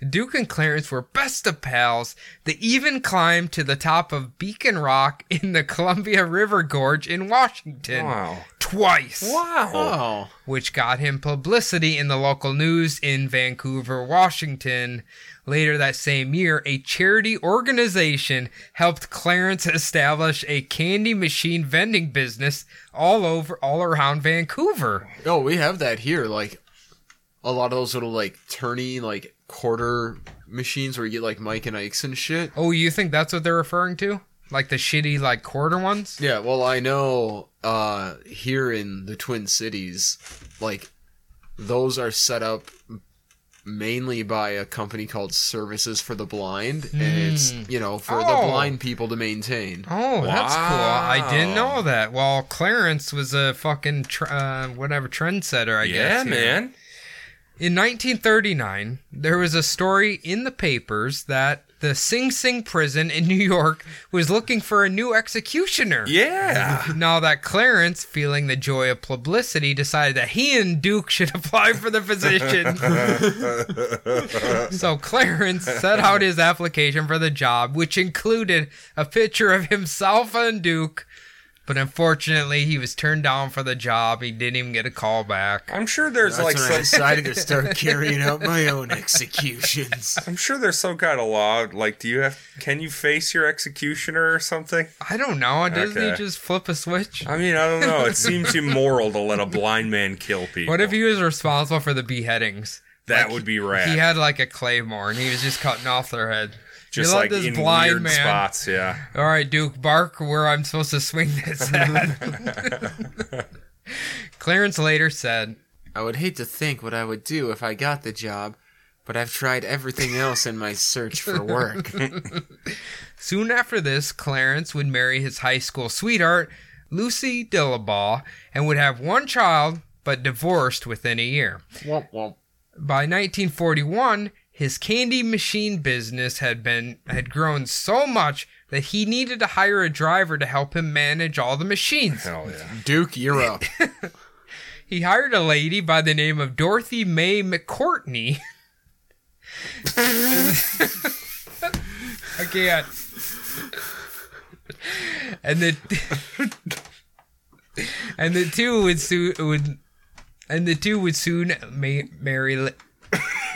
A: Duke and Clarence were best of pals. They even climbed to the top of Beacon Rock in the Columbia River Gorge in Washington.
B: Wow.
A: Twice.
B: Wow.
C: Oh.
A: Which got him publicity in the local news in Vancouver, Washington. Later that same year, a charity organization helped Clarence establish a candy machine vending business all over all around Vancouver.
C: Oh, we have that here. Like a lot of those little like turny like quarter machines where you get like Mike and Ike's and shit.
A: Oh, you think that's what they're referring to? Like the shitty like quarter ones?
C: Yeah, well, I know uh here in the Twin Cities, like those are set up mainly by a company called Services for the Blind and it's, you know,
A: Oh.
C: for the blind people to maintain.
A: Oh, that's cool. I didn't
B: Wow.
A: know that. Well, Clarence was a fucking tr- uh, whatever trendsetter, I
B: Yeah,
A: guess. here.
B: man.
A: In 1939, there was a story in the papers that the Sing Sing prison in [laughs] New York was looking for a new executioner.
B: Yeah.
A: Now that Clarence, feeling the joy of publicity, decided that he and Duke should [laughs] apply for the position. so Clarence set out his application for the job, which included a picture of himself and Duke. But unfortunately, he was turned down for the job. He didn't even get a call back.
B: I'm sure there's like some,
C: decided to
A: [laughs]
C: start carrying out my own executions.
B: I'm sure there's some kind of law like do you have can you face your executioner or something?
A: I don't know. Doesn't
B: Okay.
A: he just flip a switch?
B: I mean, I don't know. It
A: [laughs]
B: seems immoral to let a blind man kill people.
A: What if he was responsible for the beheadings?
B: that would be rad.
A: He had like a claymore and he was just cutting off their head.
B: just
A: let
B: like in weird spots, yeah. [laughs]
A: All right, Duke, bark where I'm supposed to swing this at.
B: [laughs]
A: Clarence later said,
C: I would hate to think what I would do if I got the job, but I've tried everything else in my search for
A: [laughs]
C: work.
A: soon after this, Clarence would marry his high school sweetheart, Lucy Dillabaugh, and would have one child, but divorced within a year.
C: womp womp.
A: By 1941, his candy machine business had been had grown so much that he needed to hire a driver to help him manage all the machines.
B: Hell yeah.
C: Duke, you're up.
A: He hired a lady by the name of Dorothy May McCourtney. [laughs] I can't. And the [laughs] and the two would soon would and the two would soon ma- marry. la-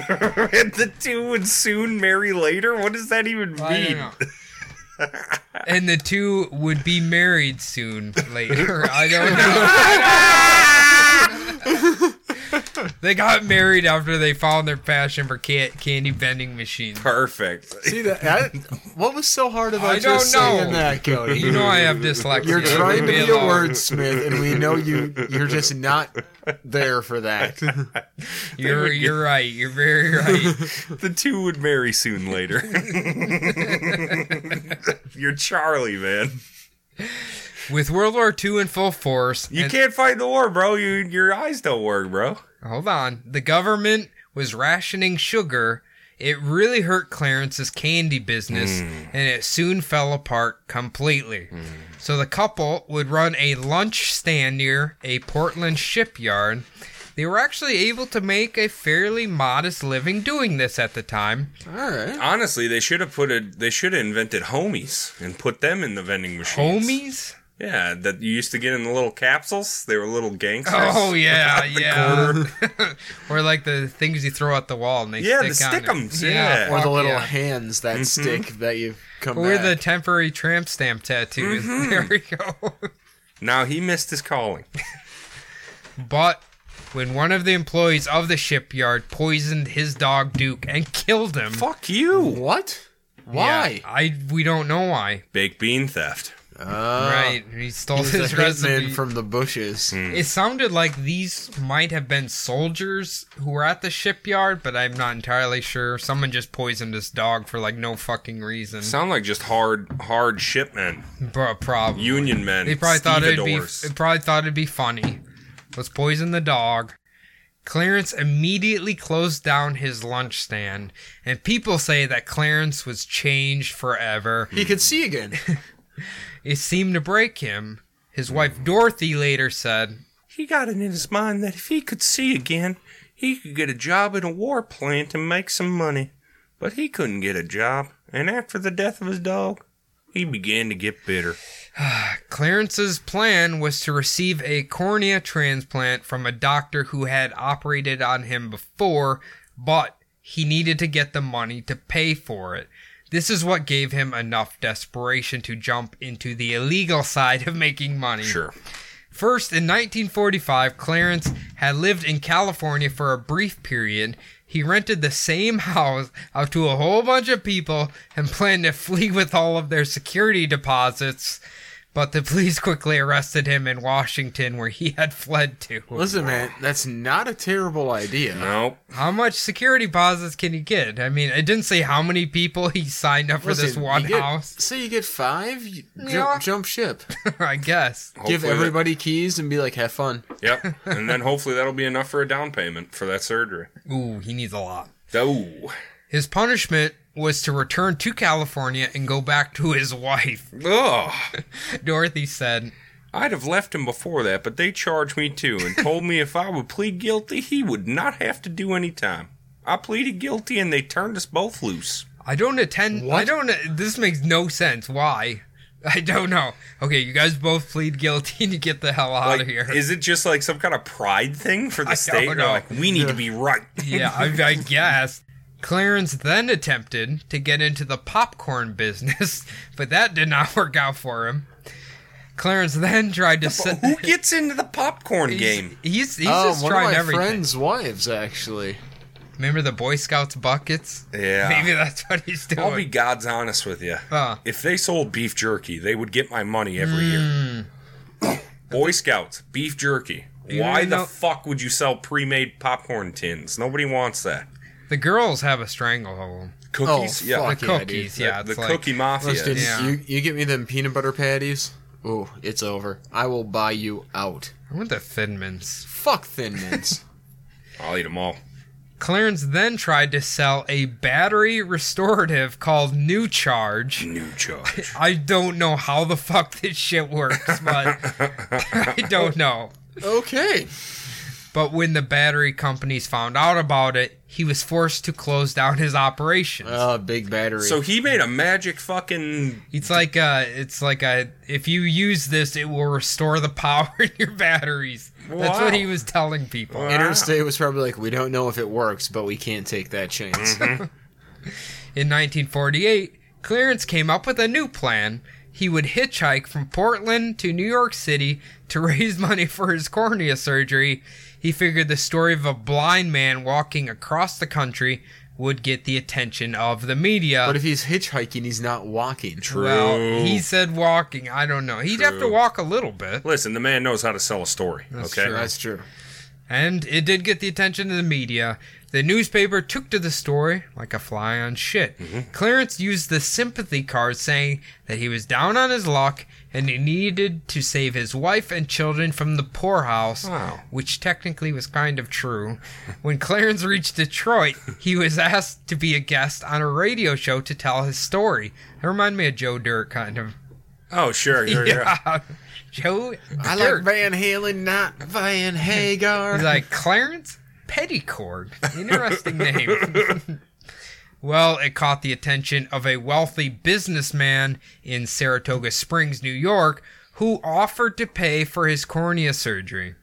B: And the two would soon marry later? What does that even mean?
A: I don't know. and the two would be married soon later. I don't know. they got married after they found their passion for ca- candy vending machines.
B: Perfect.
C: See that? what was so hard about
A: I don't
C: just saying
A: know.
C: that, Cody?
A: You know I have dyslexia.
C: You're trying to be
A: Leave
C: a
A: me alone.
C: wordsmith, and we know you. You're just not there for that.
A: You're you're right. You're very right.
B: The two would marry soon [laughs] later. You're Charlie, man.
A: With World War II in full force,
B: You
A: and-
B: can't fight the war, bro. You, your eyes don't work, bro.
A: hold on. The government was rationing sugar It really hurt Clarence's candy business,
B: Hmm.
A: and it soon fell apart completely. So the couple would run a lunch stand near a Portland shipyard. They were actually able to make a fairly modest living doing this at the time.
C: All right.
B: Honestly, they should have put a they should have invented homies and put them in the vending machines.
A: Homies?
B: Yeah, that you used to get in the little capsules. They were little gangsters. [laughs]
A: Oh yeah,
B: The
A: yeah.
B: quarter.
A: [laughs] or like the things you throw at the wall and they
B: Yeah, the
A: stick on it.
B: stickums, yeah.
C: Or
A: fuck
C: the little
A: yeah.
C: hands that stick that you've come
A: Mm-hmm. Or the
C: back.
A: temporary tramp stamp [laughs] tattoos.
C: Mm-hmm.
A: There we go.
B: Now he missed his calling.
A: But when one of the employees of the shipyard poisoned his dog Duke and killed him.
B: [laughs] Fuck you.
C: what?
A: Yeah,
C: Why?
A: I we don't know why.
B: Baked bean theft.
C: Uh,
A: right. He stole
C: He was a
A: his
C: hitman
A: recipe.
C: from the bushes.
A: it sounded like these might have been soldiers who were at the shipyard, but I'm not entirely sure. Someone just poisoned his dog for like no fucking reason.
B: Sound like just hard hard shipmen,
A: Bro, problem.
B: union men.
A: They probably thought it'd be.
B: stevedores.
A: They probably thought it'd be funny. Let's poison the dog. Clarence immediately closed down his lunch stand, and people say that Clarence was changed forever.
C: He could
A: [laughs]
C: see again.
A: It seemed to break him. His wife Dorothy later said,
B: He got it in his mind that if he could see again, he could get a job in a war plant and make some money. But he couldn't get a job, and after the death of his dog, he began to get bitter.
A: Clarence's plan was to receive a cornea transplant from a doctor who had operated on him before, but he needed to get the money to pay for it. This is what gave him enough desperation to jump into the illegal [laughs] side of making money.
B: Sure.
A: First, in 1945, Clarence had lived in California for a brief period. He rented the same house out to a whole bunch of people and planned to flee with all of their security deposits. But the police quickly arrested him in Washington, where he had fled to.
C: Listen, man, that's not a terrible idea.
B: No.
A: How much security deposits can you get? I mean, it didn't say how many people he signed up for
C: Listen,
A: this one
C: you get,
A: house, [laughs]
C: Say you get five, you
A: Yeah.
C: jump,
A: [laughs]
C: jump ship.
A: I guess.
C: Give
B: Hopefully
C: everybody keys and be like, have fun.
B: that- yep. And then hopefully that'll be enough for a down payment for that surgery.
A: Ooh, he needs a lot.
B: Oh.
A: His punishment was to return to California and go back to his wife.
B: Ugh.
A: Dorothy said,
B: I'd have left him before that, but they charged me too and told me if I would plead guilty, he would not have to do any time. I pleaded guilty and they turned us both loose.
A: "I don't attend. I
C: What?
A: don't. This makes no sense. Why? I don't know. Okay, you guys both plead guilty [laughs] and you get the hell out
B: Like,
A: of here.
B: Is it just like some kind of pride thing for the
A: I
B: state?
A: don't
B: They're
A: know.
B: Like, we need to
A: [laughs]
B: be right.
A: yeah, I,
C: [laughs]
A: I guess." Clarence then attempted to get into the popcorn business, [laughs] but that did not work out for him. Clarence then tried to [laughs]
B: But
A: set.
B: who gets into the popcorn game?
A: He's, he's, he's
C: Oh,
A: just
C: one of
A: trying
C: my
A: everything.
C: friends' wives, actually.
A: Remember the Boy Scouts buckets? [laughs]
B: Yeah.
A: Maybe that's what he's doing.
B: I'll be God's honest with you.
A: Huh.
B: If they sold beef jerky, they would get my money every year. Boy Scouts, beef jerky.
A: Hmm. You
B: Why
A: don't
B: the
A: know-
B: fuck would you sell pre-made popcorn tins? Nobody wants that.
A: the girls have a stranglehold.
B: Cookies,
C: Oh,
B: yeah.
C: fuck.
A: The
C: Yeah, dude.
A: cookies,
B: The,
A: yeah.
B: the
A: it's like,
B: cookie mafia.
C: Listen,
A: Yeah.
C: you, you get me them peanut butter patties. Ooh, it's over. I will buy you out.
A: I want the Thinmans.
C: Fuck Thin [laughs] Mints.
B: I'll eat them all.
A: Clarence then tried to sell a battery restorative called New Charge.
B: New
A: [laughs]
B: charge.
A: I don't know how the fuck this shit works, but I don't know.
C: okay.
A: But when the battery companies found out about it, he was forced to close down his operations.
C: Uh, big battery.
B: so he made a magic fucking.
A: it's like uh it's like a if you use this it will restore the [laughs] power in your batteries. That's what
B: Wow.
A: he was telling people.
C: [laughs] Interstate was probably like, we don't know if it works, but we can't take that chance.
A: In 1948, Clarence came up with a new plan. He would hitchhike from Portland to New York City to [laughs] raise money for his cornea surgery. He figured the story of a blind man walking across the country would get the attention of the media.
C: [laughs] but if he's hitchhiking, he's not walking. True.
A: well,
B: True.
A: he said walking. I don't know. He'd have to
B: True.
A: walk a little bit.
B: Listen, the man knows how to sell a story. okay.
A: true.
C: That's true.
A: And it did get the attention of the media. The newspaper took to the story like a fly on shit.
C: Mm-hmm.
A: Clarence used the sympathy card saying that he was down on his luck and he needed to save his wife and children from the poorhouse,
B: Wow.
A: which technically was kind of true. When Clarence reached Detroit, he was asked to be a guest on a radio show to tell his story. It reminded me of Joe Dirt, kind of.
B: Oh,
A: [laughs]
B: sure. sure, sure.
A: Yeah. Joe
C: I
A: Dirt.
C: like Van Halen, not Van Hagar.
A: He's like Clarence Petticord. Interesting name. [laughs] well, it caught the attention of a wealthy businessman in Saratoga Springs, New York, who offered to pay for his cornea surgery.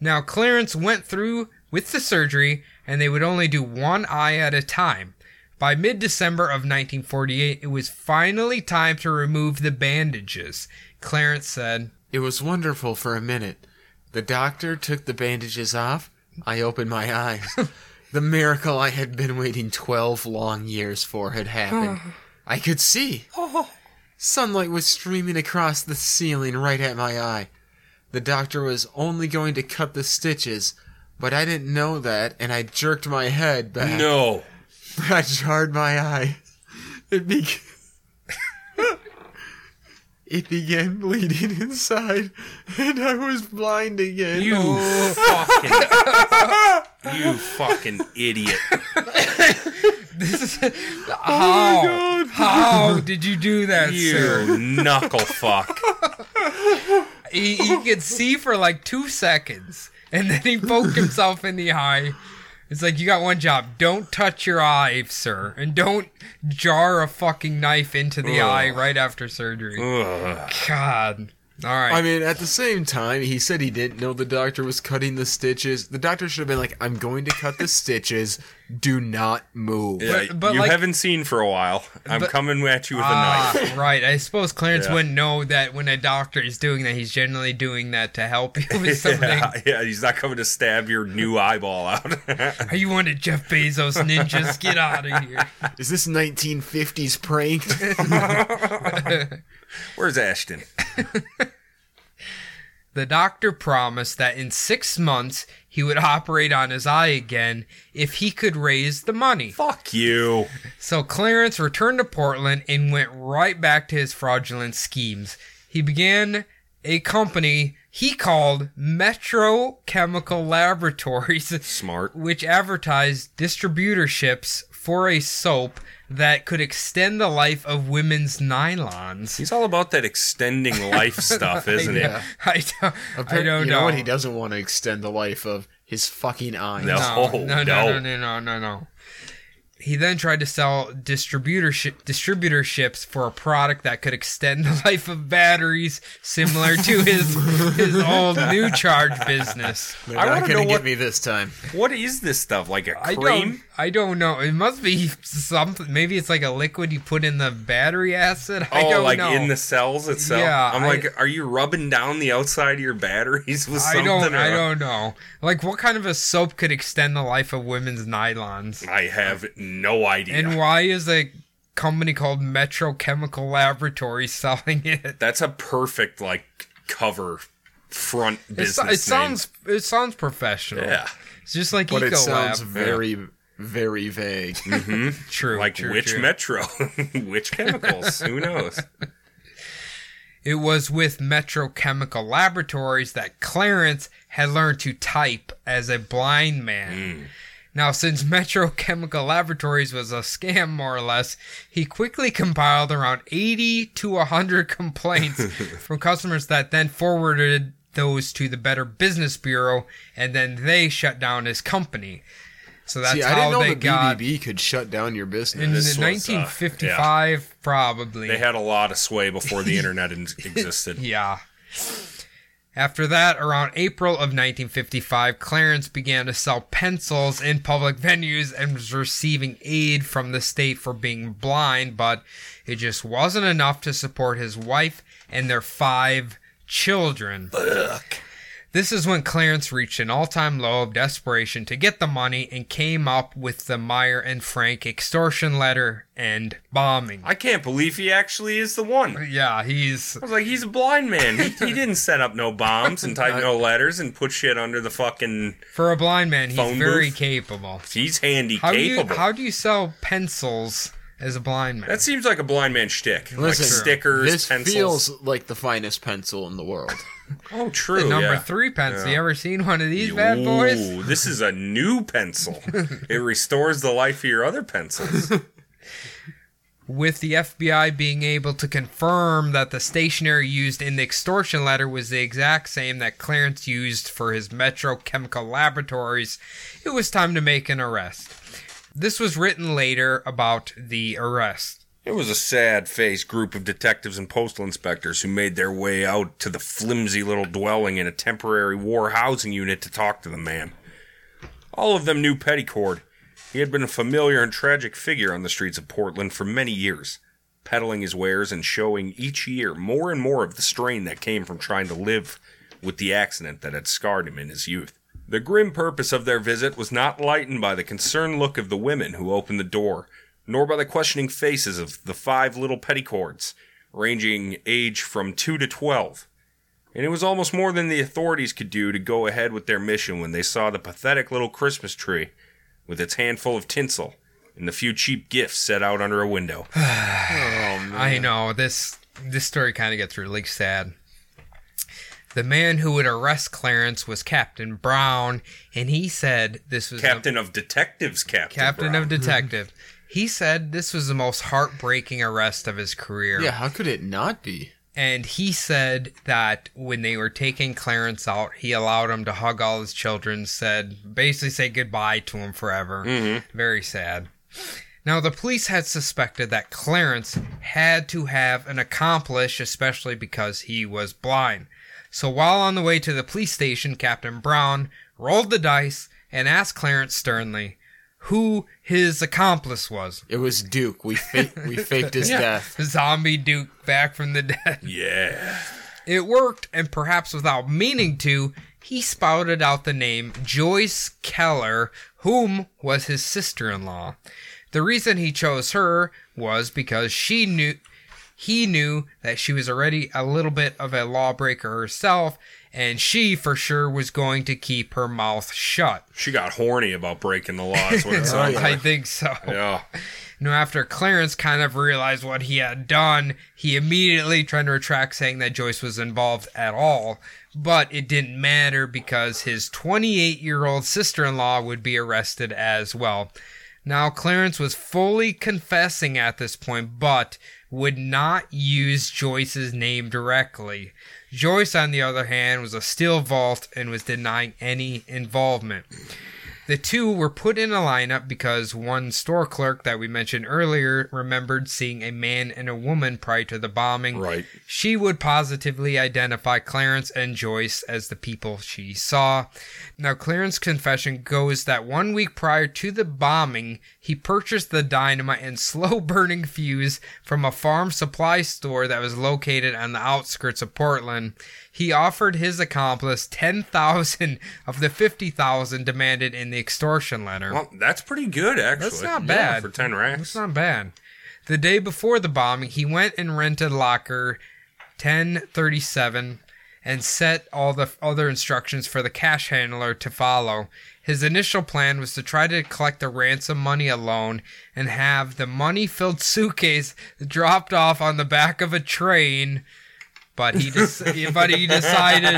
A: Now, Clarence went through with the surgery, and they would only do one eye at a time. By mid December of 1948, it was finally time to remove the bandages. Clarence said, [laughs]
C: It was wonderful for a minute. The doctor took the bandages off. I opened my eyes. the miracle I had been waiting 12 long years for had happened. I could see. Sunlight was streaming across the ceiling right at my eye. The doctor was only going to cut the stitches, but I didn't know that, and I jerked my head back.
B: No.
C: [laughs] I jarred my eye. It began. [laughs] it began bleeding inside, and I was blind again.
B: You fucking. you fucking idiot.
A: This is
C: Oh,
A: how, how did you do that, sir?
B: You knuckle fuck.
A: He, he could see for like two seconds, and then he poked himself in the eye. It's like you got one job: don't touch your eye, sir, and don't jar a fucking knife into the
B: Ugh.
A: eye right after surgery.
B: Ugh.
A: God. All right.
C: I mean, at the same time, he said he didn't know the doctor was cutting the stitches. The doctor should have been like, "I'm going to cut the stitches. Do not move."
B: Yeah,
A: but
B: you
A: like-
B: haven't seen for a while. I'm
A: But-
B: coming at you with a
A: Ah,
B: knife.
A: right. I suppose Clarence
B: Yeah.
A: wouldn't know that when a doctor is doing that, he's generally doing that to help you
B: [laughs]
A: with something.
B: Yeah, yeah, he's not coming to stab your new eyeball out. [laughs]
A: Are you one of Jeff Bezos' ninjas? Get out of here.
C: Is this 1950s [laughs] prank?
B: Where's Ashton?
A: The doctor promised that in six months he would operate on his eye again if he could raise the money.
B: Fuck you.
A: So Clarence returned to Portland and went right back to his fraudulent schemes. He began a company he called Metro Chemical Laboratories, [laughs]
B: Smart.
A: which advertised distributorships for a soap that could extend the life of women's nylons.
B: He's all about that
A: [laughs]
B: extending life stuff, isn't
A: Yeah. [laughs]
B: he?
A: I don't, I
C: you
A: don't
C: know
A: know.
C: what? He doesn't want to extend the life of his fucking eyes.
B: No.
A: No,
B: [laughs] Oh,
A: no, no, no,
B: no.
A: no, no, no, no. He then tried to sell distributorship distributorships for a product that could extend the [laughs] life of batteries, similar to his his old new charge business.
C: They're
B: I
C: not
B: wanna
C: gonna
B: know
C: get
B: what-
C: me this time.
B: What is this stuff? Like a
A: I
B: cream?
A: don't, I don't know. It must be something. Maybe it's like a liquid you put in the battery acid. I
B: oh,
A: don't
B: like
A: know.
B: in the cells itself.
A: Yeah,
B: I'm
A: I-
B: like, are you rubbing down the outside of your batteries with
A: I
B: something?
A: don't.
B: or-
A: I don't know. Like, what kind of a soap could extend the life of women's nylons?
B: I have no idea.
A: And why is a company called Metro Chemical Laboratory selling it?
B: That's a perfect like cover front
A: It,
B: business.
A: so- it sounds it sounds professional.
B: name. yeah,
A: It's just like
C: But
A: Ecolab.
C: it sounds very, very vague.
A: true.
B: like
A: true,
B: which
A: true.
B: metro, [laughs] which chemicals? Who knows?
A: It was with Metro Chemical Laboratories that Clarence had learned to type as a blind
C: Hmm.
A: man. Now, since [laughs] Metro Chemical Laboratories was a scam, more or less, he quickly compiled around 80 to 100 [laughs]
C: [laughs]
A: complaints from customers that then forwarded those to the Better Business Bureau, and then they shut down his company. So that's
C: See, I
A: how
C: didn't know
A: they
C: the
A: got
C: BBB could shut down your business.
A: in the
B: was, uh,
A: 1955, probably.
B: They had a lot of sway before the
A: [laughs]
B: internet in- existed.
A: Yeah. After that, around April of 1955, Clarence began to sell pencils in public venues and was receiving aid from the state for being blind, but it just wasn't enough to support his wife and their five children. This is when Clarence reached an all time low of desperation to get the money and came up with the Meyer and Frank extortion letter and bombing.
B: I can't believe he actually is the one. I
A: yeah, he's.
B: was like, he's a blind man. He, he didn't set up no bombs and type no letters and put shit under the fucking.
A: For a blind man, he's
B: Phone
A: very
B: booth?
A: capable.
B: He's handy,
A: How do, you,
B: capable.
A: how do you sell pencils as a blind man?
B: that seems like a blind man shtick. like
C: Listen,
B: stickers,
C: this
B: pencils.
C: feels like the finest pencil in the world.
B: oh, true.
A: the number
B: yeah.
A: three pencil. You
B: Yeah.
A: ever seen one of these bad boys?
B: Ooh, this is a new
A: [laughs]
B: pencil. it restores the life of your other pencils.
A: With the FBI being able to confirm that the stationery used in the extortion letter was the exact same that Clarence used for his Metro Chemical Laboratories, it was time to make an arrest. This was written later about the arrest.
B: It was a sad faced group of detectives and postal inspectors who made their way out to the flimsy little dwelling in a temporary war housing unit to talk to the man. All of them knew Petticord. He had been a familiar and tragic figure on the streets of Portland for many years, peddling his wares and showing each year more and more of the strain that came from trying to live with the accident that had scarred him in his youth. The grim purpose of their visit was not lightened by the concerned look of the women who opened the door, nor by the questioning faces of the five little petticords, ranging age from two to twelve and it was almost more than the authorities could do to go ahead with their mission when they saw the pathetic little Christmas tree with its handful of tinsel and the few cheap gifts set out under a window.
A: I know this this story kind of gets really sad. The man who would arrest Clarence was Captain Brown, and he said this was the-
B: Captain of detectives, Captain.
A: Captain
B: Brown.
A: of Detective. He said this was the most heartbreaking arrest of his career.
C: yeah, how could it not be?
A: And he said that when they were taking Clarence out, he allowed him to hug all his children, said basically say goodbye to him forever. Very sad. Now the police had suspected that Clarence had to have an accomplice, especially because he was blind. So while on the way to the police station, Captain Brown rolled the dice and asked Clarence sternly who his accomplice was.
C: It was Duke. We faked,
B: [laughs]
C: we faked his death.
A: [laughs] Zombie Duke back from the dead.
B: Yeah.
A: It worked, and perhaps without meaning to, he spouted out the name Joyce Keller, whom was his sister in law. The reason he chose her was because she knew he knew that she was already a little bit of a lawbreaker herself, and she for sure was going to keep her mouth shut.
B: She got horny about breaking the law,
A: [laughs]
B: is what it sounds
A: I
B: like.
A: think so.
B: Yeah.
A: Now, after Clarence kind of realized what he had done, he immediately tried to retract saying that Joyce was involved at all, but it didn't matter because his 28 year old sister in law would be arrested as well. Now, Clarence was fully confessing at this point, but would not use Joyce's name directly. Joyce, on the other hand, was a steel vault and was denying any involvement. The two were put in a lineup because one store clerk that we mentioned earlier remembered seeing a man and a woman prior to the bombing.
B: Right.
A: She would positively identify Clarence and Joyce as the people she saw. Now, Clarence's confession goes that one week prior to the bombing, he purchased the dynamite and [laughs] slow burning fuse from a farm supply store that was located on the outskirts of Portland. He offered his accomplice 10,000 of the 50,000 demanded in the extortion letter.
B: Well, that's pretty good, actually.
A: That's not
B: Yeah,
A: bad.
B: for 10
A: That's
B: racks.
A: not bad. The day before the bombing, he went and rented locker 1037 and set all the other instructions for the cash handler to follow. His initial plan was to try to collect the ransom money alone and have the money filled suitcase dropped off on the back of a train. But he, dec- [laughs] but he decided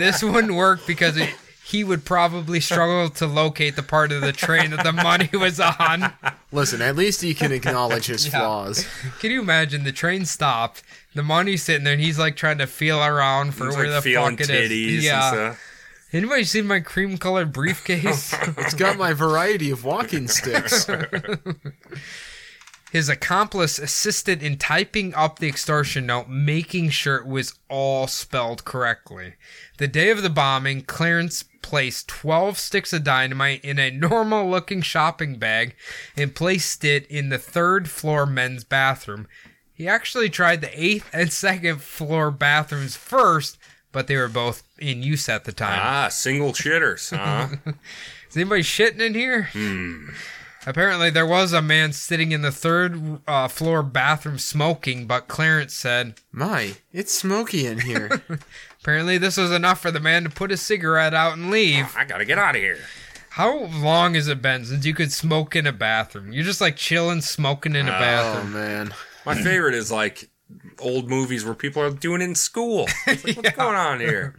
A: this wouldn't work because it, he would probably struggle to locate the part of the train that the money was on.
C: Listen, at least he can acknowledge
B: [laughs]
C: his flaws.
A: Can you imagine the train stopped, the money's sitting there, and he's like trying to feel around for
B: It's
A: where
B: like
A: the
B: feeling
A: fuck it is.
B: titties
A: yeah.
B: and stuff.
A: Anybody seen my cream colored
B: [laughs]
A: briefcase? [laughs]
C: It's got my variety of walking sticks.
A: His accomplice assisted in typing up the extortion note, making sure it was all spelled correctly. The day of the bombing, Clarence placed 12 sticks of dynamite in a normal looking shopping bag and placed it in the third floor men's [laughs] bathroom. He actually tried the eighth and second floor bathrooms first, but they were both in use at the time.
B: Ah, single shitters,
A: [laughs]
B: huh?
A: Is anybody shitting in here?
B: Hmm.
A: Apparently, there was a man sitting in the third uh, floor bathroom smoking, but Clarence said,
C: My, it's smoky in
B: [laughs]
C: here.
A: apparently, this was enough for the man to put his cigarette out and leave.
B: I gotta get out of here.
A: How long has it been since you could smoke in a bathroom? You're just like chilling, smoking in a
C: oh
A: bathroom.
C: man.
B: My favorite is like old movies where people are doing it in school. It's
A: [laughs]
B: like, What's going on here?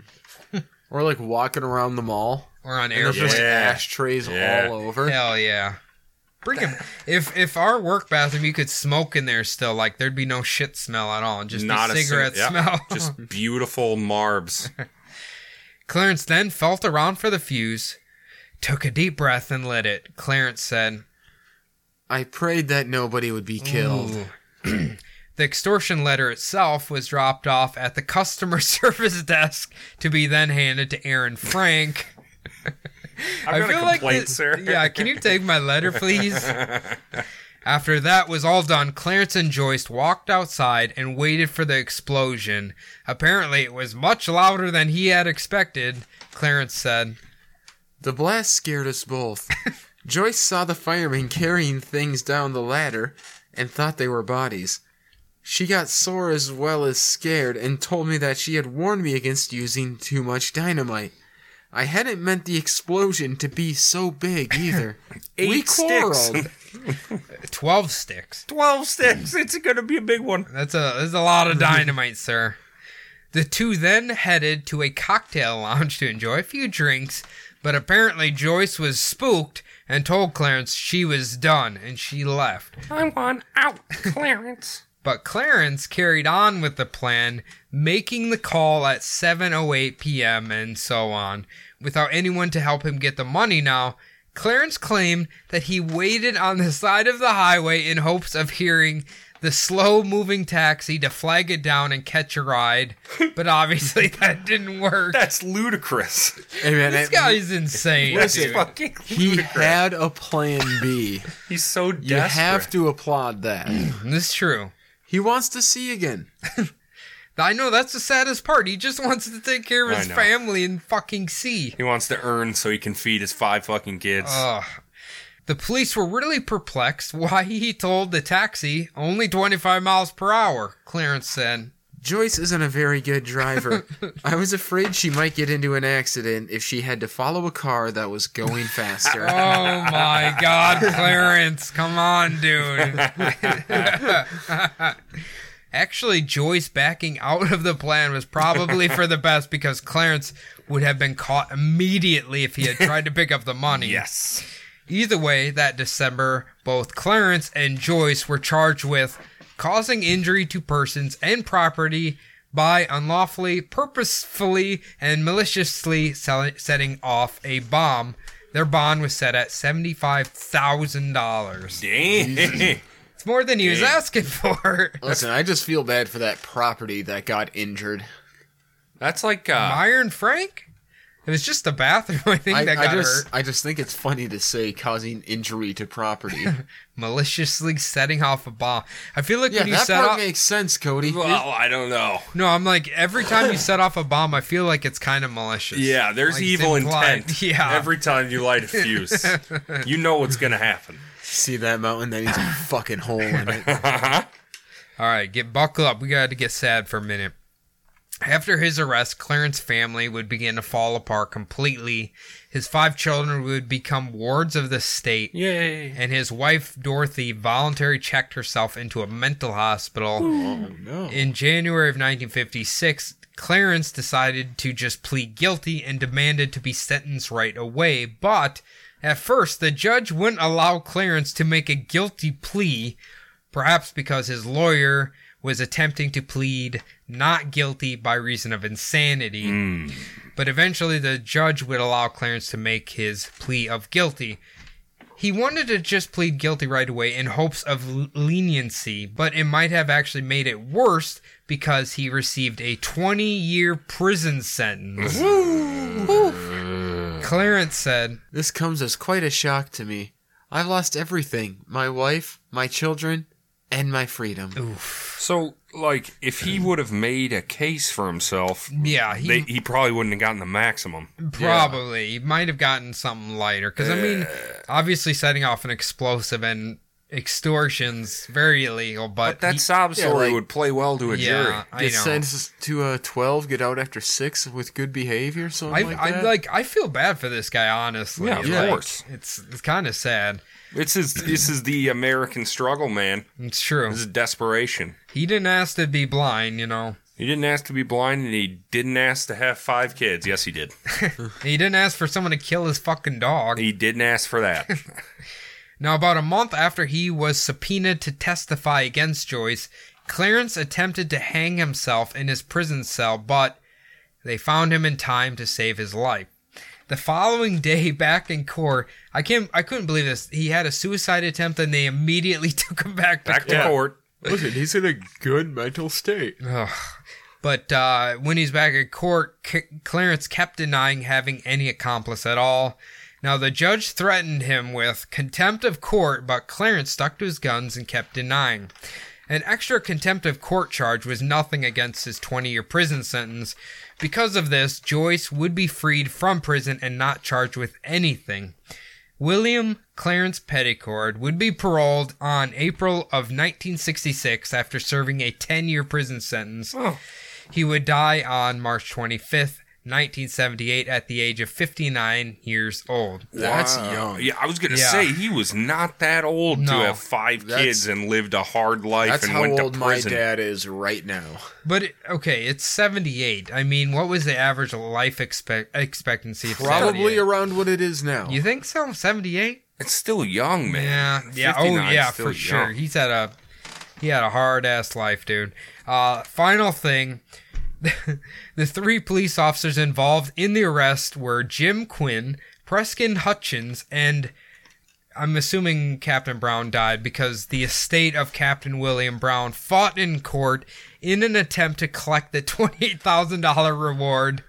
C: Or like walking around the mall.
A: Or on
C: There's
A: airplanes.
C: just
B: Yeah.
C: ashtrays
B: Yeah.
C: all over.
A: Hell yeah. Bring
B: [laughs]
A: 'em- If if our work bathroom you could smoke in there still, like there'd be no shit smell at all, just
B: Not
A: a
B: a sing-
A: cigarette
B: yeah,
A: smell. [laughs]
B: Just beautiful marbs.
A: Clarence then felt around for the fuse, took a deep breath and lit it. Clarence said,
C: I prayed that nobody would be killed.
A: [clears throat] The extortion letter itself was dropped off at the customer [laughs] service desk to be then handed to Aaron Frank.
B: [laughs] I've got a complaint,
A: thi-
B: sir.
A: Yeah, can you take my letter,
B: [laughs]
A: please? After that was all done, Clarence and Joyce walked outside and waited for the explosion. Apparently, it was much louder than he had expected, Clarence said.
C: The blast scared us
B: [laughs]
C: both. Joyce saw the firemen carrying things down the ladder and thought they were bodies. She got sore as well as scared and told me that she had warned me against using too much dynamite. I hadn't meant the explosion to be so
B: [laughs]
C: big either. we
B: Eight sticks. [laughs]
C: quarreled.
A: 12 sticks.
B: 12 sticks. It's going to be a big one.
A: That's a that's a lot of dynamite, sir. The two then headed to a cocktail lounge to enjoy a few drinks, but apparently Joyce was spooked and told Clarence she was done and she left.
B: I want out, Clarence.
A: But Clarence carried on with the plan, making the call at 7:08 p.m. and so on, without anyone to help him get the money now. Clarence claimed that he waited on the [laughs] side of the highway in hopes of hearing the slow-moving taxi to flag it down and catch a ride, but obviously [laughs] that didn't work.
B: That's ludicrous.
C: Hey, man,
A: This
C: it-
A: guy's insane.
B: That's
A: dude.
B: fucking
C: he
B: ludicrous.
C: had a plan B.
B: He's so
C: You
B: desperate.
C: have to applaud that.
B: [clears throat]
A: This is true.
C: he wants to see again.
A: I know that's the saddest part. He just wants to take care of
B: I
A: his
B: know.
A: family and fucking see.
B: He wants to earn so he can feed his five fucking kids.
A: Ugh. The police were really perplexed why he told the taxi only 25 miles per hour, Clarence said.
C: Joyce isn't a very
A: [laughs]
C: good driver. I was afraid she might get into an accident if she had to follow a car that was going faster.
A: [laughs] Oh my god, Clarence, come on, dude. Actually, Joyce backing out of the plan was probably for the best because Clarence would have been caught immediately if he had tried to pick up the
B: [laughs]
A: money.
B: yes.
A: Either way, that December, both Clarence and Joyce were charged with causing injury to persons and property by unlawfully, purposefully, and maliciously sell- setting off a bomb. Their bond was set at $75,000.
B: Damn.
A: It's more than he was
B: Dang.
A: asking for. [laughs]
C: Listen, I just feel bad for that property that got injured.
B: That's like uh,
A: Iron Frank? It was just the bathroom, I think,
C: I,
A: that got
C: I just,
A: hurt.
C: I just think it's funny to say causing injury
A: [laughs]
C: to property.
A: Maliciously setting off a bomb. I feel like
C: yeah,
A: when you
C: that
A: set
C: part
A: off.
C: makes sense, Cody.
B: well, I don't know.
A: No, I'm like every time you set off a bomb, I feel like it's kind of malicious.
B: Yeah, there's
A: Like, it's
B: evil
A: implied.
B: [laughs] intent.
A: Yeah.
B: Every time you light a [laughs] fuse, you know what's going to happen.
C: [laughs] See that mountain? That [laughs] needs a fucking hole
A: [laughs]
C: in it.
A: All right, get buckle up. We got to get sad for a minute. After his arrest, Clarence's family would begin to fall apart completely. His five children would become wards of the state,
B: Yay.
A: and his wife Dorothy voluntarily checked herself into a mental hospital.
C: Oh, No.
A: In January of 1956, Clarence decided to just plead guilty and demanded to be sentenced right away, but at first the judge wouldn't allow Clarence to make a guilty plea, perhaps because his lawyer was attempting to plead not guilty by reason of insanity. But eventually the judge would allow Clarence to make his plea of guilty. He wanted to just plead guilty right away in hopes of l- leniency, but it might have actually made it worse because he received a 20 year prison sentence. Oof. Clarence said,
C: This comes as quite a shock to me. I've lost everything: my wife, my children, and my freedom.
A: Oof.
B: So like if he would have made a case for himself,
A: Yeah, he
B: they, Mm. he probably wouldn't have gotten the maximum.
A: probably he might have gotten something lighter because I mean, obviously setting off an explosive and extortions very illegal, but,
B: But that
A: he-
B: sob
C: yeah,
B: story
C: like-
B: would play well to a jury.
A: yeah, I know.
C: Get sentenced to uh, 12, get out after 6 with good behavior,
A: I,
C: something like
A: I
C: that.
A: like I feel bad for this guy honestly.
B: Yeah, of
A: Like,
B: course.
A: It's it's kind of sad.
B: This is this is the American struggle, man.
A: It's true.
B: This is desperation.
A: He didn't ask to be blind, you know.
B: He didn't ask to be blind, and he didn't ask to have five kids. Yes, he did. [laughs]
A: He didn't ask for someone to kill his fucking dog.
B: He didn't ask for that.
A: Now, about a month after he was subpoenaed to testify against Joyce, Clarence attempted to hang himself in his prison cell, but they found him in time to save his life. The following [laughs] day, back in court, I can't, I couldn't believe this. He had a suicide attempt, and they immediately [laughs] took him back to
B: Back
C: [laughs]
B: to
C: Yeah.
B: court.
C: Look at he's in a good mental state.
A: Ugh. But uh, when he's back at court, C- Clarence kept denying having any accomplice at all. Now, the judge threatened him with contempt of court, but Clarence stuck to his guns and kept denying. An extra contempt of court charge was nothing against his 20 year prison sentence. Because of this, Joyce would be freed from prison and not charged with anything. William Clarence Petticord would be paroled on April of 1966 after serving a 10-year prison sentence.
B: Oh.
A: He would die on March 25th, 1978 at the age of 59 years old.
C: That's
B: Wow.
C: young.
B: Uh, Yeah, I was gonna
A: Yeah.
B: say he was not that old to
A: No.
B: have five
C: That's-
B: kids and lived a hard life
C: That's
B: and
C: how
B: went
C: old
B: to
C: my
B: prison.
C: dad is right now.
A: But it- okay, it's 78. I mean, what was the average life expect- expectancy? at 78?
C: Probably around what it is now.
A: You think so? 78?
B: It's still young,
A: Yeah,
B: man.
A: yeah, oh
B: 59 's
A: yeah,
B: still
A: for sure.
B: young.
A: He's had a he had a hard ass life, dude. Uh, final thing, [laughs] the three police officers involved in the arrest were Jim Quinn, Preston Hutchins, and I'm assuming Captain Brown died because the estate of Captain William Brown fought in court in an attempt to collect the [laughs] twenty-eight thousand dollar reward.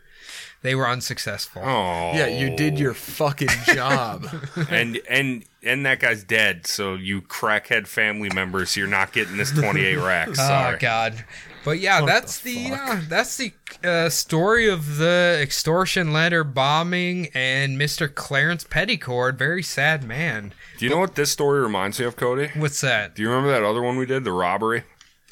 A: They were unsuccessful.
B: Oh,
C: Yeah, you did your fucking job.
B: and and and that guy's dead. So you crackhead family members, you're not getting this 28 racks. Sorry.
A: [laughs] Oh God! But yeah, that's the, uh, that's the uh, story of the extortion letter bombing and Mr. Clarence Petticord. Very sad man.
B: Do you know what this story reminds me of, Cody?
A: What's that?
B: Do you remember that other one we did, the robbery?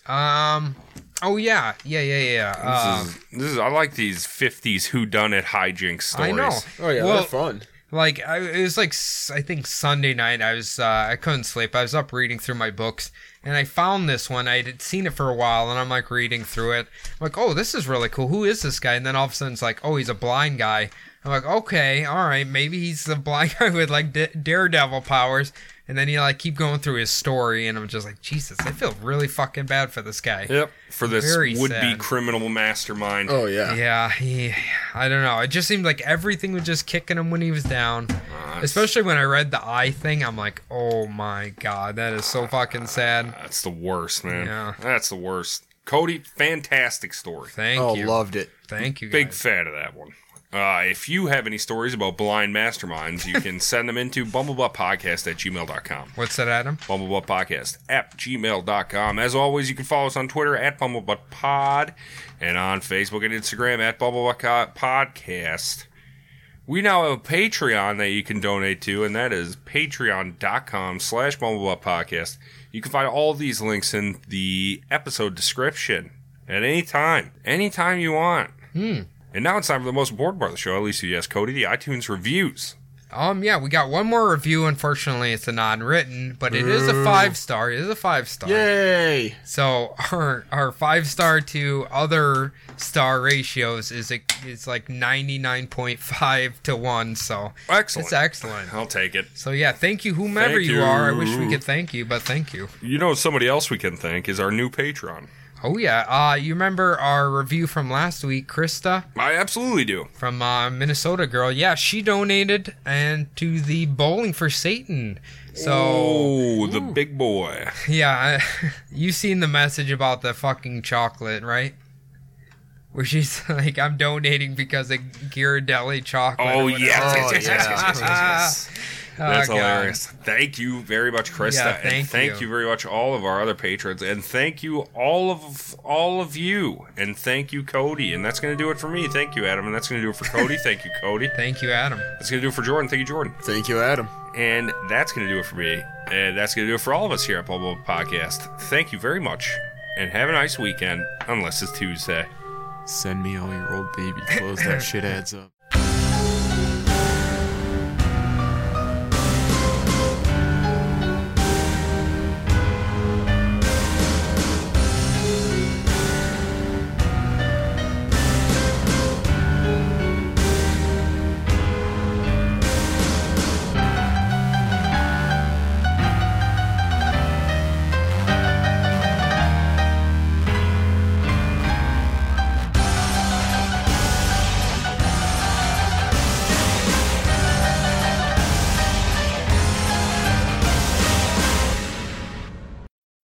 A: Um. Oh yeah, yeah, yeah, yeah.
B: This
A: Uh,
B: is Um, this is I like these 50s who done it hijinks
A: I
B: stories.
A: know.
C: Oh yeah,
A: Well,
C: they're fun.
A: like I, it was like s- I think Sunday night. I was uh, I couldn't sleep. I was up reading through my books, and I found this one. I had seen it for a while, and I'm like reading through it. I'm like, oh, this is really cool. Who is this guy? And then all of a sudden, it's like, oh, he's a blind guy. I'm like, okay, all right, maybe he's the [laughs] blind guy with like da- daredevil powers. And then you like keep going through his story, and I'm just like, Jesus, I feel really fucking bad for this guy.
B: Yep, for this
A: Very
B: would be
A: sad.
B: criminal mastermind.
C: Oh yeah.
A: Yeah, he, I don't know. It just seemed like everything was just kicking him when he was down. Especially when I read the eye thing, I'm like, oh my god, that is so fucking sad.
B: That's the worst, man.
A: Yeah.
B: That's the worst. Cody, fantastic story.
A: Thank
C: oh,
A: you.
C: loved it.
A: Thank you, guys.
B: Big fan of that one. Uh, if you have any stories about blind
A: [laughs]
B: masterminds, you can send them into bumblebuttpodcast at gmail.com.
A: What's that, Adam?
B: bumblebuttpodcast at gmail.com. As always, you can follow us on Twitter at bumblebuttpod and on Facebook and Instagram at bumblebuttpodcast. We now have a Patreon that you can donate to, and that is patreon.com slash bumblebuttpodcast. You can find all these links in the episode description at any time, anytime you want. And now it's time for the most important part of the show, at least if you ask Cody, the iTunes reviews.
A: Um, yeah, we got one more review. Unfortunately, it's a non-written, but it is a five star. It is a five star.
C: Yay!
A: So our our five star to other star ratios is a, is like ninety nine point five to one. So
B: Excellent.
A: It's excellent.
B: I'll take it.
A: So yeah, thank you, whomever
B: Thank
A: you are. I wish
B: you.
A: we could thank you, but thank you.
B: You know, somebody else we can thank is our new Patreon.
A: Oh yeah, uh, you remember our review from last week, Krista
B: I absolutely do.
A: from uh, Minnesota girl. Yeah, she donated and to the Bowling for Satan. So
B: Oh, the big boy.
A: yeah, [laughs] you seen the message about the fucking chocolate, right? Where she's [laughs] like, "I'm donating because of Ghirardelli chocolate." or [laughs]
B: Oh,
A: whatever. Oh,
B: yes, yes,
A: [laughs]
C: Oh,
B: yes, yes, yes, yes, yes, yes. [laughs] That's
A: God.
B: hilarious. Thank you very much, Krista.
A: Yeah,
B: and
A: thank
B: thank you.
A: you.
B: very much, all of our other patrons. And thank you, all of all of you. And thank you, Cody. And that's going to do it for me. Thank you, Adam. And that's going to do it for Cody. thank you, Cody.
A: Thank you, Adam.
B: That's going to do it for Jordan. Thank you, Jordan.
C: Thank you, Adam.
B: And that's going to do it for me. And that's going to do it for all of us here at Bubble Podcast. Thank you very much. And have a nice weekend, unless it's Tuesday.
C: Send me all your old baby clothes. that shit adds up.